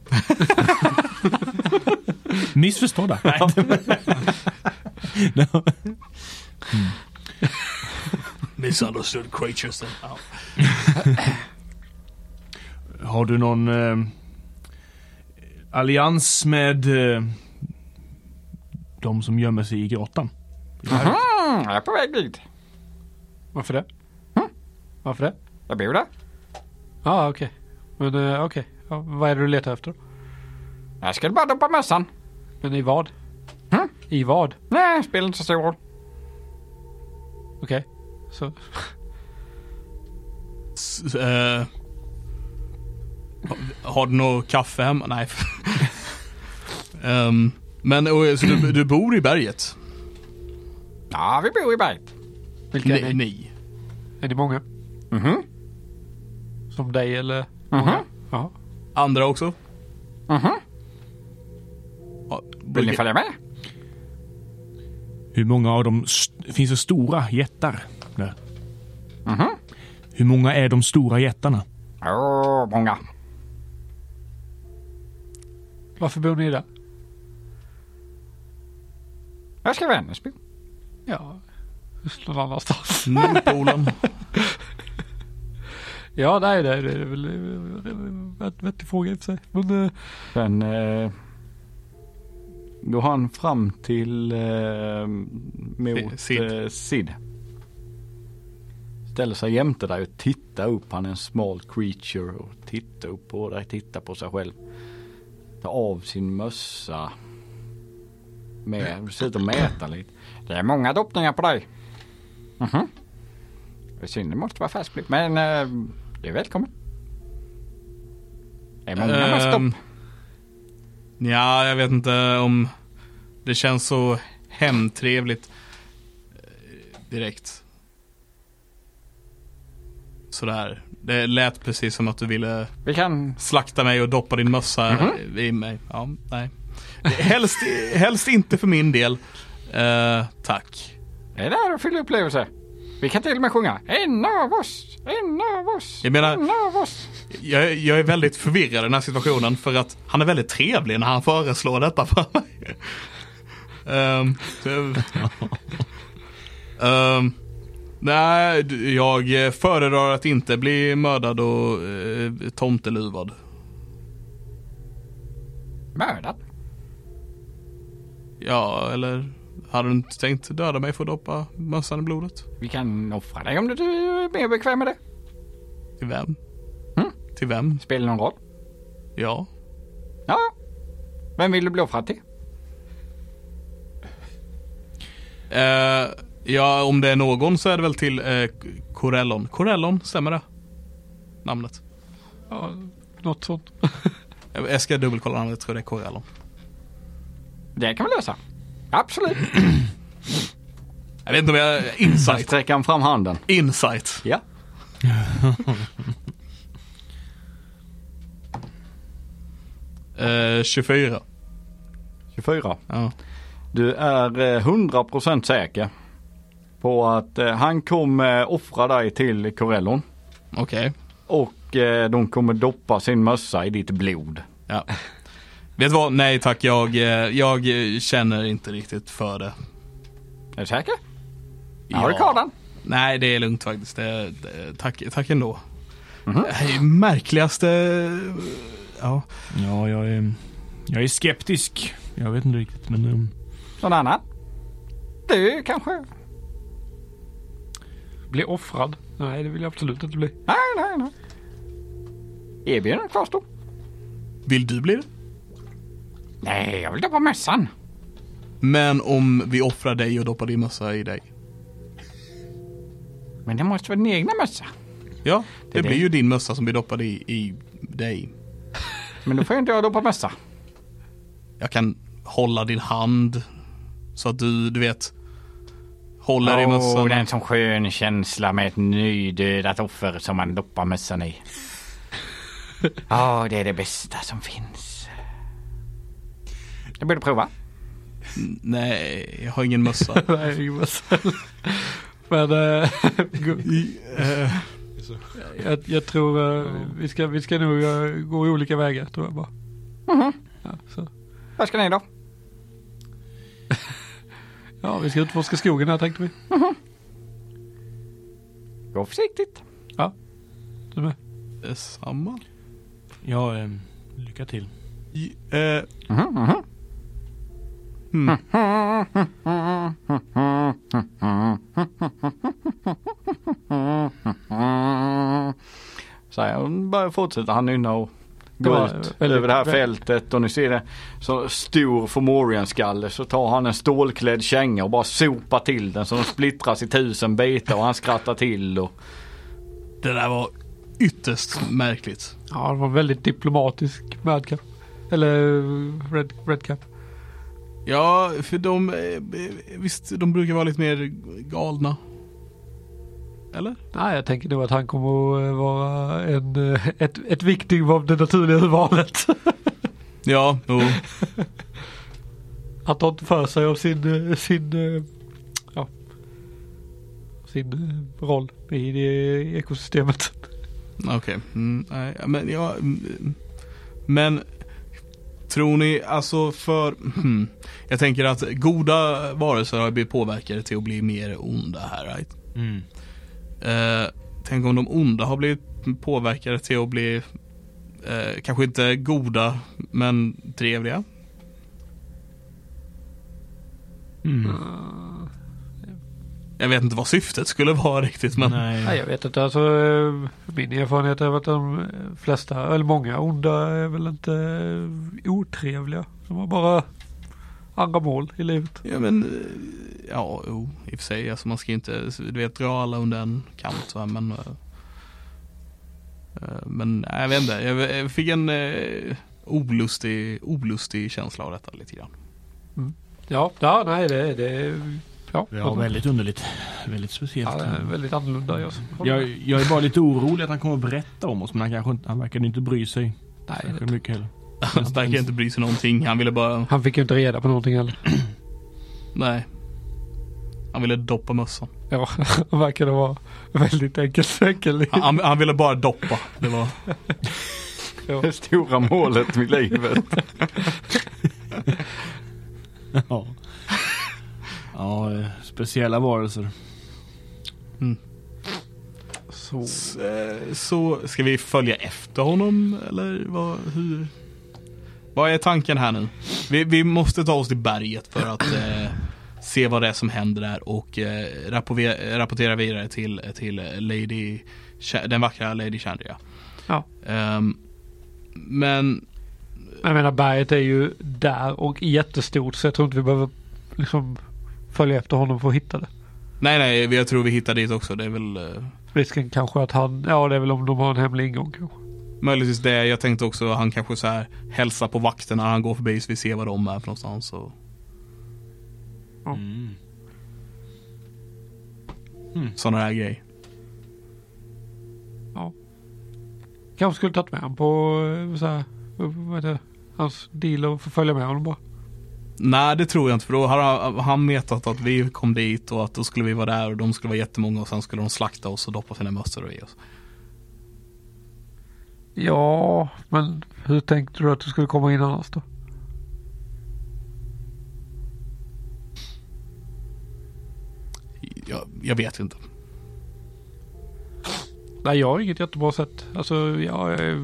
missförstådda? Nej, inte- No.
Misunderstood creatures. Then.
Oh.
Har du någon eh, allians med eh, de som gömmer sig i grottan?
Mm, jag är på väg dit.
Varför det?
Hm?
Varför det?
Jag bor där.
Ja, ah, okej. Men eh, okej. Ja, vad är det du letar efter?
Jag skulle bara doppa mössan. Hm?
Men i vad? I vad?
Nej, spelar inte så stor roll.
Okej. Så,
S- eh, har du något kaffe hemma? Nej. Ehm, men och, så du, du bor i berget?
Ja, vi bor i berget.
vilka är
Ni.
ni?
ni.
Är ni många?
Mhm.
Som dig eller?
Mhm.
Ja.
Andra också?
Mhm.
Ja,
Vill ni följa med?
Hur många av dem st- finns det stora jättar där? Hur många är de stora jättarna?
Åh, många.
Varför bor ni där?
Jag ska Vännäsby.
Ja, någon annanstans.
Mm, Nordpolen.
Ja, nej, nej, det är väl det är väl en vett- vettig fråga i och för sig. Men eh,
Sen eh, går han fram till eh, mot
Sid.
Eh, Sid. Ställer sig jämte dig och tittar upp. Han är en small creature och tittar upp på dig, tittar på sig själv. Tar av sin mössa. Med, sitter och mätar lite. Det är många doppningar på dig. Mhm. Det är Synd det måste vara fastklippt men eh, du är välkommen. Det är många med stopp.
Ehm, ja, jag vet inte om det känns så hemtrevligt eh, direkt. Sådär. Det lät precis som att du ville
Vi kan...
slakta mig och doppa din mössa i mig. Ja, nej. Helst, helst inte för min del. Eh, tack.
Det är där och fylla upplevelse. Vi kan till och med sjunga En av oss, en av oss,
Jag menar-
en av oss.
Jag, jag är väldigt förvirrad i den här situationen för att han är väldigt trevlig när han föreslår detta för mig. Ehm, så- Ehm, nej, d- jag föredrar att inte bli mördad och uh, tomteluvad.
Mördad.
Ja, eller hade du inte tänkt döda mig för att doppa mössan i blodet?
Vi kan offra dig om du är mer bekväm med det.
Till vem?
Mm.
Till vem?
Spelar någon roll?
Ja.
Ja. Vem vill du bli offrad till?
Eh, ja, om det är någon så är det väl till eh, Corellon. Corellon, stämmer det? Namnet.
ja, något sånt.
Jag jag ska dubbelkolla namnet, jag tror det är Corellon.
Det kan vi lösa. Absolut.
Jag vet inte om jag... eh,
Sen
Insight.
sträcker han fram handen.
Insight.
Ja.
Eh, 24.
24.
Ja.
Du är eh, 100% säker på att eh, han kommer offra dig till Corellon.
Okej.
Och eh, de kommer doppa sin mössa i ditt blod.
Ja. Vet du vad? Nej tack, jag, eh, jag eh, känner inte riktigt för det.
Är du säker? Ja. Har du kardan?
Nej, det är lugnt faktiskt. Det, det, tack, tack ändå.
Mhm.
Det här är ju märkligaste... eh, Ja.
Ja, jag är, jag är skeptisk. Jag vet inte riktigt, men ehm,
Någon annan? Du kanske?
Bli offrad? Nej, det vill jag absolut inte bli.
Nej, nej, nej. Erbjudandet kvarstår.
Vill du bli det?
Nej, jag vill ta på mössan.
Men om vi offrar dig och doppar din mössa i dig?
Men det måste vara din egna mössa.
Ja, det,
är det.
blir ju din mössa som blir doppad i, i dig.
Men då får jag inte jag då på mössa.
Jag kan hålla din hand så att du, du vet, håller i
Åh,
mössan.
det är en sån Oh, skön känsla med ett nydödat offer som man doppar mössan i. Ja, det är det bästa som finns. Jag borde prova.
Nej, jag har ingen mössa.
Nej, Jonas. Men eh, gu-
Eh,
jag, jag tror eh, vi, ska, vi ska nog eh, gå olika vägar tror jag bara. Ja, så.
Vad ska ni då?
ja, vi ska utforska skogen här tänkte vi.
Gå försiktigt.
Du med?
Detsamma.
Ja, eh, lycka till.
I- eh,
Så här, hon bara fortsätter. Han nynnar och
Det
går
var
ut
väldigt-
över det här fältet och ni ser det. Så stor Fomorian-skalle så tar han en stålklädd känga och bara sopar till den så den splittras i tusen bitar och han skrattar till och
Det där var ytterst märkligt.
Ja, det var väldigt diplomatisk madcap. Eller eh, red, redcap.
Ja, för de, eh, visst, de brukar vara lite mer galna. Eller?
Nej, jag tänker nog att han kommer att eh, vara en, eh, ett, ett viktigt av det naturliga urvalet.
Ja, jo.
Att ta inte för sig av sin, eh, sin, eh, ja, sin eh, roll i det ekosystemet.
Okej. Mm, nej, men jag... mm, Men tror ni, alltså för... hmm, jag tänker att goda varelser har blivit påverkade till att bli mer onda här, right?
Mm.
Eh, tänk om de onda har blivit påverkade till att bli eh, kanske inte goda, men trevliga.
Mm.
Jag vet inte vad syftet skulle vara riktigt, men...
Nej,
Nej.
jag vet inte. Alltså, eh, min erfarenhet är att de eh, flesta, eller många onda är väl inte eh, otrevliga. De har bara andra mål i livet.
Ja men, eh, ja jo, i och för sig. Alltså man ska ju inte, du vet, dra alla under en kant va, men. eh, eh, Men nej, jag vet inte, jag jag fick en eh, olustig, olustig känsla av detta lite grann.
Ja, ja nej det det ja,
Ja, väldigt underligt. Väldigt speciellt.
ja, det är väldigt annorlunda. Jag,
Jag, jag är bara lite orolig att han kommer att berätta om oss men han kanske inte, han verkar inte bry sig
nej,
särskilt mycket heller.
Han verkar inte bry sig någonting, han ville bara,
han fick ju inte reda på någonting heller.
nej. Han ville doppa mössan.
Ja, han verkade vara väldigt enkelt enkel.
Han, han- han ville bara doppa. Det var,
det stora målet med livet.
Ja. ja, eh, speciella varelser.
Så.
S- eh, så ska vi följa efter honom eller vad, hur? Vad är tanken här nu? Vi, vi måste ta oss till berget för att eh, se vad det är som händer där och eh, rapportera, rapportera vidare till, till Lady, Cha- den vackra Lady Chandria.
Ja.
Ehm, men
Jag menar berget är ju där och jättestort så jag tror inte vi behöver liksom följa efter honom för att hitta det.
nej, nej, jag tror vi hittar dit också. Det är väl eh,
Risken kanske att han, ja det är väl om de har en hemlig ingång kanske.
möjligtvis det. Jag tänkte också han kanske så här hälsar på vakterna när han går förbi så vi ser vad de är för någonstans. Och...
Mm.
Sådana här grejer.
Kanske skulle tagit med honom på eh, så här, vad heter det, hans deal och få följa med honom bara.
Nej, det tror jag inte. För då har han vetat att vi kom dit och att då skulle vi vara där och de skulle vara jättemånga och sen skulle de slakta oss och doppa sina mössor i oss.
Ja, men hur tänkte du att du skulle komma in annars då?
Jag, jag vet inte.
Nej, jag har inget jättebra sätt. Alltså, jag... eh,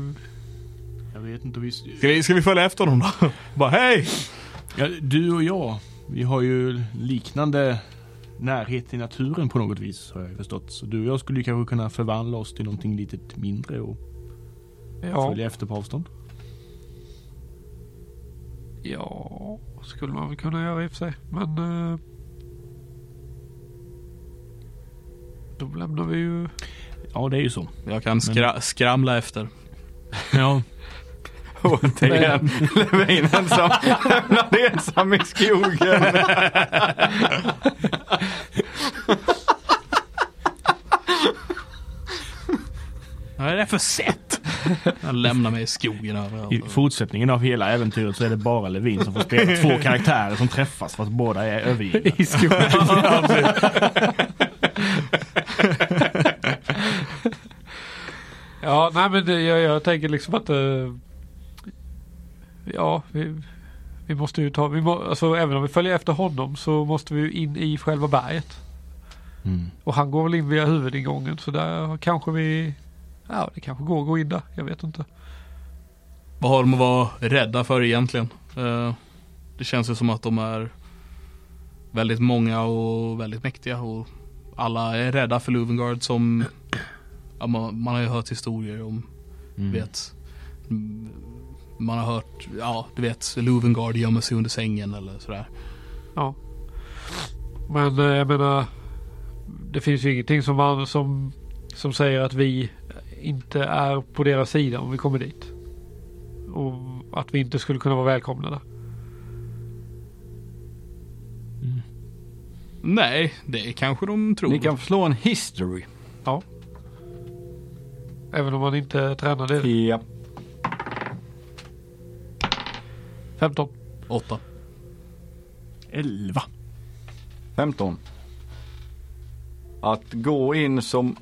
Jag vet inte. Vi,
Ska vi, ska vi följa efter honom då? Bara hej!
Ja, du och jag, vi har ju liknande närhet till naturen på något vis har jag ju förstått. Så du och jag skulle ju kanske kunna förvandla oss till någonting lite mindre och
Ja,
följa efter på avstånd.
ja, skulle man väl kunna göra i och för sig. Men... eh, Då lämnar vi ju...
Ja, det är ju så.
Jag kan skra, skramla efter.
Ja,
Återigen Levin ensam. Lämnad ensam i skogen.
Vad är det för sätt? Han lämnar mig i skogen överallt.
I fortsättningen av hela äventyret så är det bara Levin som får spela två karaktärer som träffas för att båda är övergivna.
I skogen.
Ja, precis.
Ja, nej men det, jag, jag tänker liksom att eh, Ja, vi, vi måste ju ta, vi må, alltså även om vi följer efter honom så måste vi ju in i själva berget.
Mm.
Och han går väl in via huvudingången så där kanske vi Ja, det kanske går att gå in där. Jag vet inte.
Vad har de att vara rädda för egentligen? Eh, Det känns ju som att de är väldigt många och väldigt mäktiga och alla är rädda för Luvengard som ja, man, man har ju hört historier om,
Mm.
vet. Mm, Man har hört, ja du vet, Luvengard gömmer sig under sängen eller sådär.
Ja. Men eh, jag menar, det finns ju ingenting som, man, som, som säger att vi inte är på deras sida om vi kommer dit. Och att vi inte skulle kunna vara välkomnade.
Nej, det kanske de tror.
Ni kan slå en history.
Även om man inte tränade i det.
Ja.
15.
Åtta.
Elva.
15. Att gå in som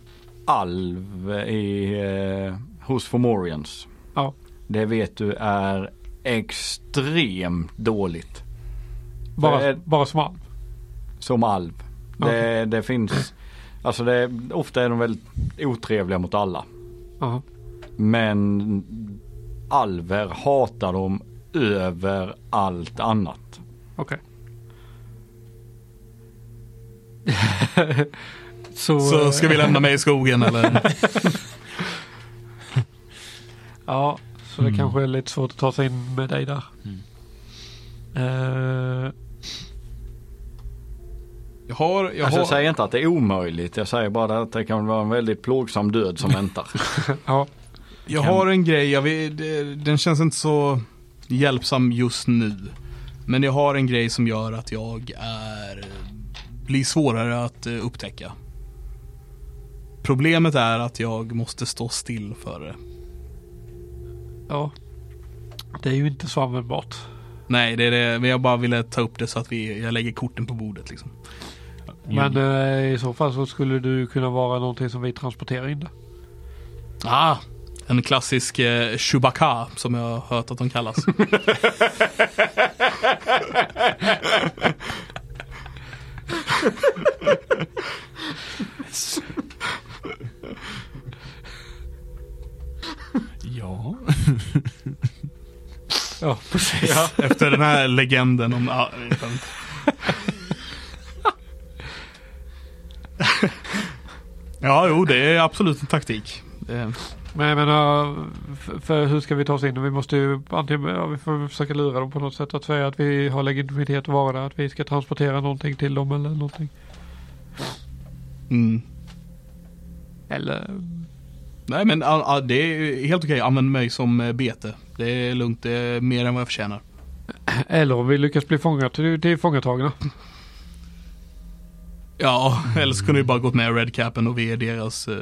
alv i, eh, hos Fomorians.
Ja.
Det vet du är extremt dåligt
Bara,
Eh,
bara smal.
som alv. Det, det finns, alltså det, ofta är de väldigt otrevliga mot alla.
Jaha.
Men alver hatar dem över allt annat.
Okej. så,
Så ska vi
eh,
lämna mig i skogen eller?
Ja, så det
Mm.
kanske är lite svårt att ta sig in med dig där. Eh,
Jag har, jag
Alltså
har.
jag säger inte att det är omöjligt. Jag säger bara att det kan vara en väldigt plågsam död som väntar.
ja.
Jag
Kan-
har en grej, jag vill, det- den känns inte så hjälpsam just nu. Men jag har en grej som gör att jag är, blir svårare att eh, upptäcka. Problemet är att jag måste stå still för det.
Ja. Det är ju inte så användbart.
Nej, det är det, men jag bara ville ta upp det så att vi, jag lägger korten på bordet liksom.
Men eh, i så fall så skulle du kunna vara någonting som vi transporterar in där.
Ah, en klassisk eh, Chewbacca som jag har hört att de kallas.
Ja.
Ja, precis.
Efter den här legenden om... Ja, jag vet inte. ja, jo, det är absolut en taktik. Det-
Men jag menar, f- för hur ska vi ta oss in? Vi måste ju antingen, ja, vi får försöka lura dem på något sätt. Att säga att vi har legitimitet att vara där. Att vi ska transportera någonting till dem eller någonting.
Mm.
Eller,
Nej, men ja, ja, det är helt okej. Använd mig som eh, bete. Det är lugnt. Det är mer än vad jag förtjänar.
eller om vi lyckas bli fångade till, till fångatagna.
Ja, eller så kunde vi bara gått med Redcapen och vi är deras... eh,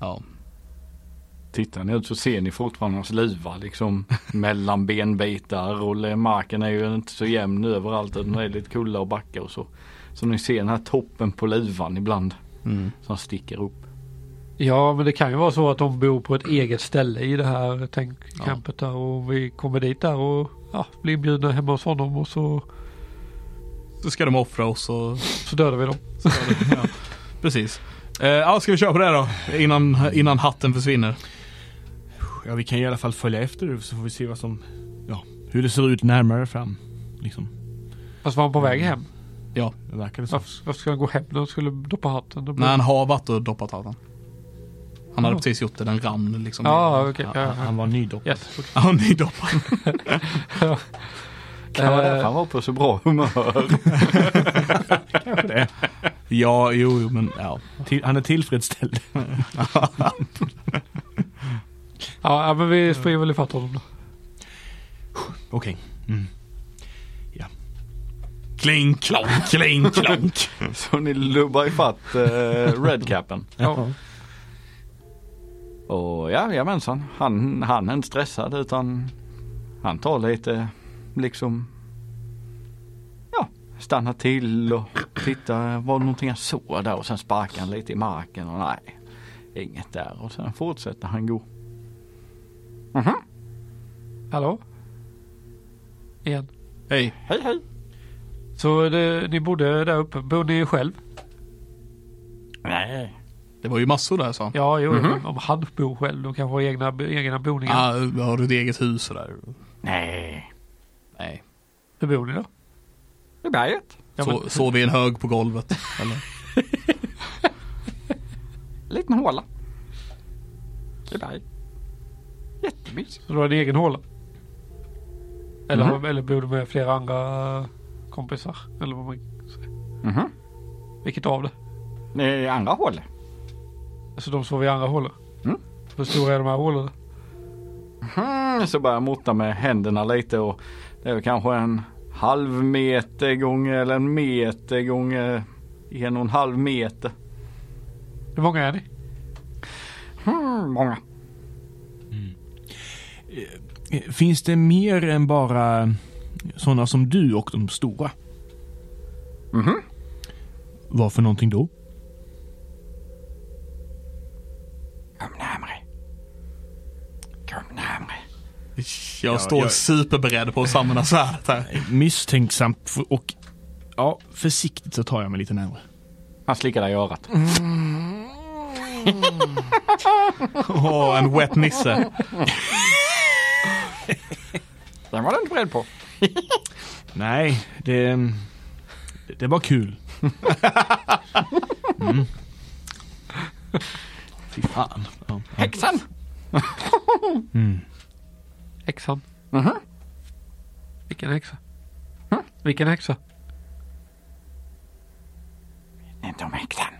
Ja.
Tittar ni ut så ser ni fortfarande hans luva liksom mellan benbitar och le- marken är ju inte så jämn överallt utan det är lite kullar och backar och så. Som ni ser den här toppen på luvan ibland
Mm.
som sticker upp.
Ja, men det kan ju vara så att de bor på ett eget ställe i det här
Ja.
tänkcampet där och vi kommer dit där och ja, blir inbjudna hemma hos honom och så,
Så ska de offra oss och...
så dödar vi dem.
så är det- ja. Precis. Eh, Ja, ska vi köra på det här då? Innan, innan hatten försvinner.
ja, vi kan i alla fall följa efter det så får vi se vad som, ja, hur det ser ut närmare fram. Liksom.
Fast var han på väg hem?
Det verkar det så.
Varför, varför skulle han gå hem när han skulle doppa hatten? Då blir-
Nej, han har varit och doppat hatten. Han hade
Mm. Ja.
precis gjort det, den rann liksom.
Ja, okej.
Han,
ja,
han var nydoppad.
ja. Yes. okej.
Ja, han nydoppad.
Kan vara
Eh.
därför han var på så bra humör.
Kanske det.
Ja, jo, jo, men ja.
Till, han är tillfredsställd.
Ja, ja, men vi springer väl ifatt honom då.
Okej.
Mm. Kling, klonk, kling, klonk.
Så ni lubbar ifatt eh, redcapen.
Ja.
Och ja, jajamensan, han, han är inte stressad utan han tar lite liksom, ja, stannar till och tittar, var det någonting jag såg där och sen sparkar han lite i marken och nej, inget där och sen fortsätter han gå.
Hallå? Igen.
Hej.
Hej hej!
Så det, ni bodde där uppe, bodde ni själv?
Nej.
Det var ju massor där sa han.
Ja, jo, om- om han bor själv, då kanske har egna, egna boningar.
Ah, har du ett eget hus och där?
Nej.
Nej.
Hur bor ni då?
Det är berget.
Ja,
Så,
men-
Sov i en hög på golvet? Eller?
Liten håla. Det är berget. Jättemysigt.
Så du har en egen håla? Eller, eller bor du med flera andra kompisar? Eller vad man,
Mhm.
vilket av det?
Det är andra hålet.
Alltså de sover i andra hålor?
Mm.
Hur stora är de här hålorna?
Mm, så börjar jag motta med händerna lite och det är väl kanske en halv meter gånger eller en meter gånger en och en halv meter.
Hur många är ni?
Mm, många.
Eh, Finns det mer än bara sådana som du och de stora?
Mhm.
Vad för någonting då?
Kom närmare. Kom närmare.
Jag står
jag-
superberedd på att använda svärdet här.
Misstänksamt f- och ja, försiktigt så tar jag mig lite närmare.
Han slickar dig i örat.
Åh, en wet nisse.
Den var du inte beredd på.
Nej, det, det var kul. Mm. Fy fan. Ja, ja.
Häxan!
Mm.
Häxan?
Mhm.
Vilken häxa? Vilken häxa?
Inte om häxan.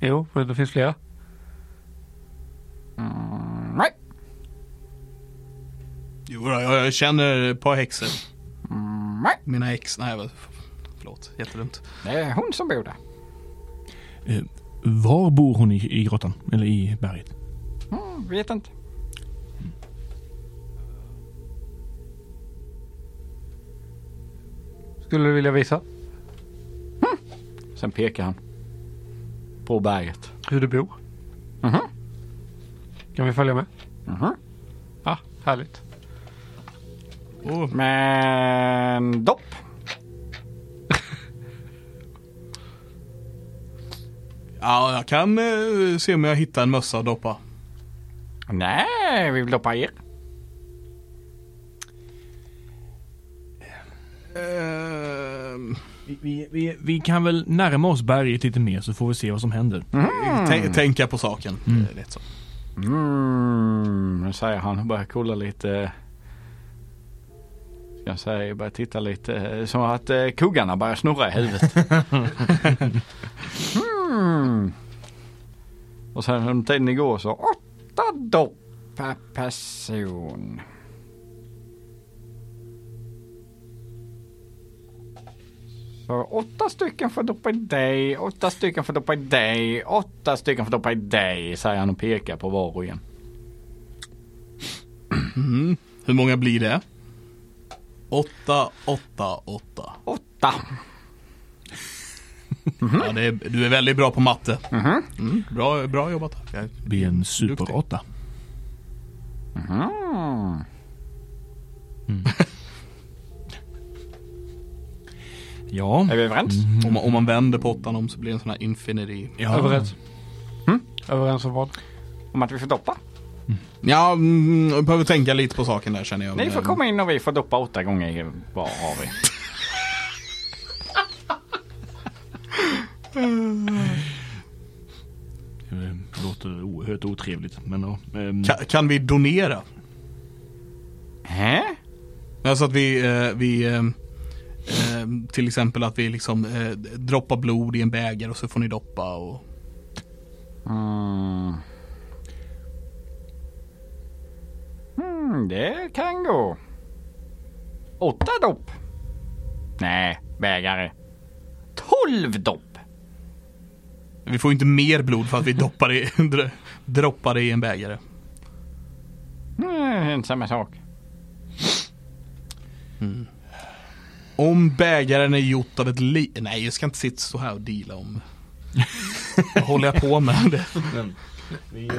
Jo, men det finns flera.
Mm, nej.
Jo, då, jag, jag känner ett par häxor.
Mm, nej.
Mina ex. Nej, vad- förlåt. Jättedumt.
Det är hon som bor där.
Var bor hon i, i grottan? Eller i berget?
Mm, vet inte.
Skulle du vilja visa
Sen pekar han. På berget.
hur du bor?
Mhm.
Kan vi följa med?
Mhm.
Ja, härligt.
Men dopp.
Ja, jag kan eh, se om jag hittar en mössa att doppa.
Nej, vi vill doppa er.
Ehm,
Vi, vi, vi, vi kan väl närma oss berget lite mer så får vi se vad som händer.
Mm.
tän- tänka på saken. Det är lätt så.
Mm, säger han och börjar kolla lite. Ska Jag säger, börjar titta lite. eh, Som att eh, kuggarna börjar snurra i huvudet. mm. Och sen om tiden igår så åtta dopp per person. Så åtta stycken får doppa i dig, åtta stycken får doppa i dig, åtta stycken får doppa i dig, säger han och pekar på var och en.
Mm. Hur många blir det? Åtta, åtta, åtta.
Åtta. Mhm.
Ja, det är, du är väldigt bra på matte. Mm, bra, bra jobbat. Ja.
Blir en superåtta.
Mm.
Mm. Ja.
Är vi överens?
Om, man- om man vänder på åttan om så blir det en sån här infinity.
ja.
Överens.
Hm?
Överens om vad?
Om att vi får doppa.
Ja, mm, jag behöver tänka lite på saken där känner jag.
Ni får
Men-
komma in och vi får doppa åtta gånger var har vi.
eh, Det låter oerhört otrevligt. Men ja. ehm,
Ka, kan vi donera?
Hä?
Alltså att vi, eh, vi eh, eh, till exempel att vi liksom eh, droppar blod i en bägare och så får ni doppa och
Mm. Mm, det kan gå. Åtta dopp. Nej, bägare. Tolv dopp.
Vi får ju inte mer blod för att vi doppar i, dr- droppar det i en bägare.
Mm, inte samma sak.
Om bägaren är gjort av ett li... Nej, jag ska inte sitta så här och deala om... Vad håller jag på med?
Vi,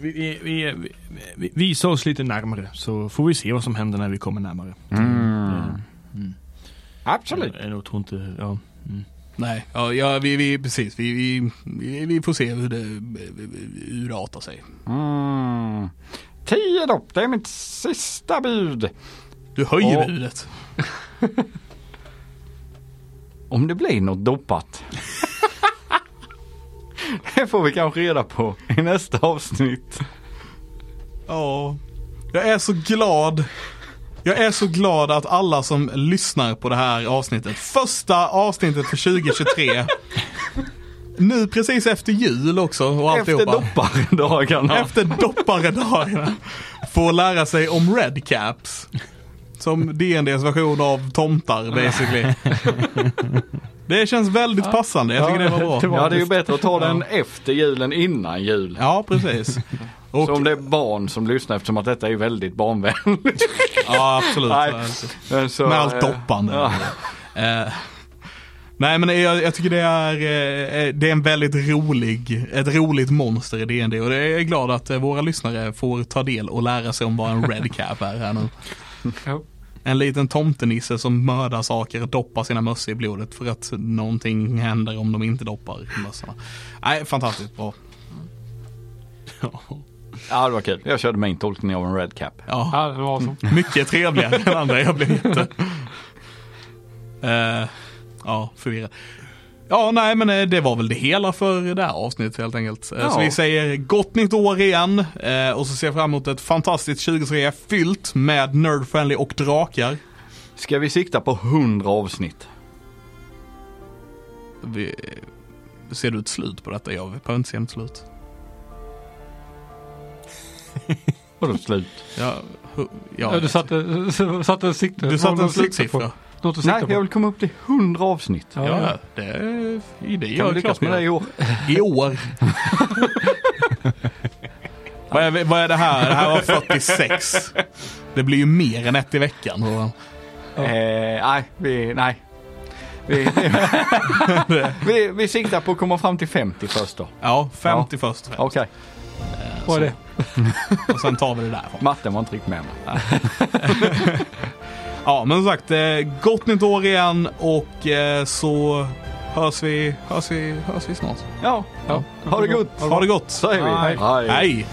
vi, vi, vi, vi visar oss lite närmare så får vi se vad som händer när vi kommer närmare.
Mm. Absolut.
Eh, Jag, jag tror inte, ja. Mm.
Nej, ja, ja vi, vi, precis. Vi, vi- vi, vi får se hur det eh, urartar sig.
Mm. Tio dopp, det är mitt sista bud.
Du höjer
Ja.
budet.
Om det blir något doppat. det får vi kanske reda på i nästa avsnitt.
Ja. Jag är så glad. Jag är så glad att alla som lyssnar på det här avsnittet, första avsnittet för 2023, nu precis efter jul också och
Efter
alltihopa.
doppardagarna.
efter dopparedagarna får lära sig om redcaps. Som DNDs version av tomtar basically. Det känns väldigt passande, jag tycker det var bra.
Ja, det är ju bättre att ta den efter julen innan jul.
Ja, precis.
Så om
Och,
det är barn som lyssnar eftersom att detta är väldigt barnvänligt.
ja, absolut.
Nej. Men så,
Med allt
eh,
doppande.
Ja.
Eh, nej men jag, jag tycker det är, eh, det är en väldigt rolig, ett roligt monster i DND och det är jag glad att eh, våra lyssnare får ta del och lära sig om vad en redcap är här nu.
Ja.
En liten tomtenisse som mördar saker och doppar sina mössor i blodet för att någonting händer om de inte doppar mössorna. Nej, fantastiskt bra.
ja, det var kul. Jag körde min tolkning av en red cap.
Ja.
Ja, det var så.
Mycket trevligare än andra. Jag blev jätte... Eh, ja, förvirrad. Ja, nej men eh, det var väl det hela för det här avsnittet helt enkelt. Eh, Så
Ja.
vi säger gott nytt år igen eh, och så ser jag fram emot ett fantastiskt 2023 fyllt med nerdfriendly och drakar.
Ska vi sikta på 100 avsnitt?
Vi, eh, ser du ett slut på detta? Jag behöver inte se något slut.
Vadå slut?
Ja, hu- ja,
Ja, du satte, satte en sikte.
du satte
Något
en
att sikta
slutsiffra.
på. Något att
Nej,
sikta
jag
på.
vill komma upp till 100 avsnitt.
Ja,
Ja,
ja.
det, är- det
Kan
gör jag
vi
klart.
lyckas med det i år?
I år. vad, är, vad är det här? Det här var 46. Det blir ju mer än ett i veckan. Och
Eh, nej, vi, nej. Vi, vi, vi siktar på att komma fram till 50 först då.
ja, 50 först. och främst.
Okej,
Vad är det?
Och sen tar vi det därifrån.
matten var inte riktigt med mig.
Ja, men som sagt, eh, gott nytt år igen och eh, så hörs vi, hörs vi, hörs vi snart.
Ja, ha det gott.
Ha det gott!
Säger vi.
Hej!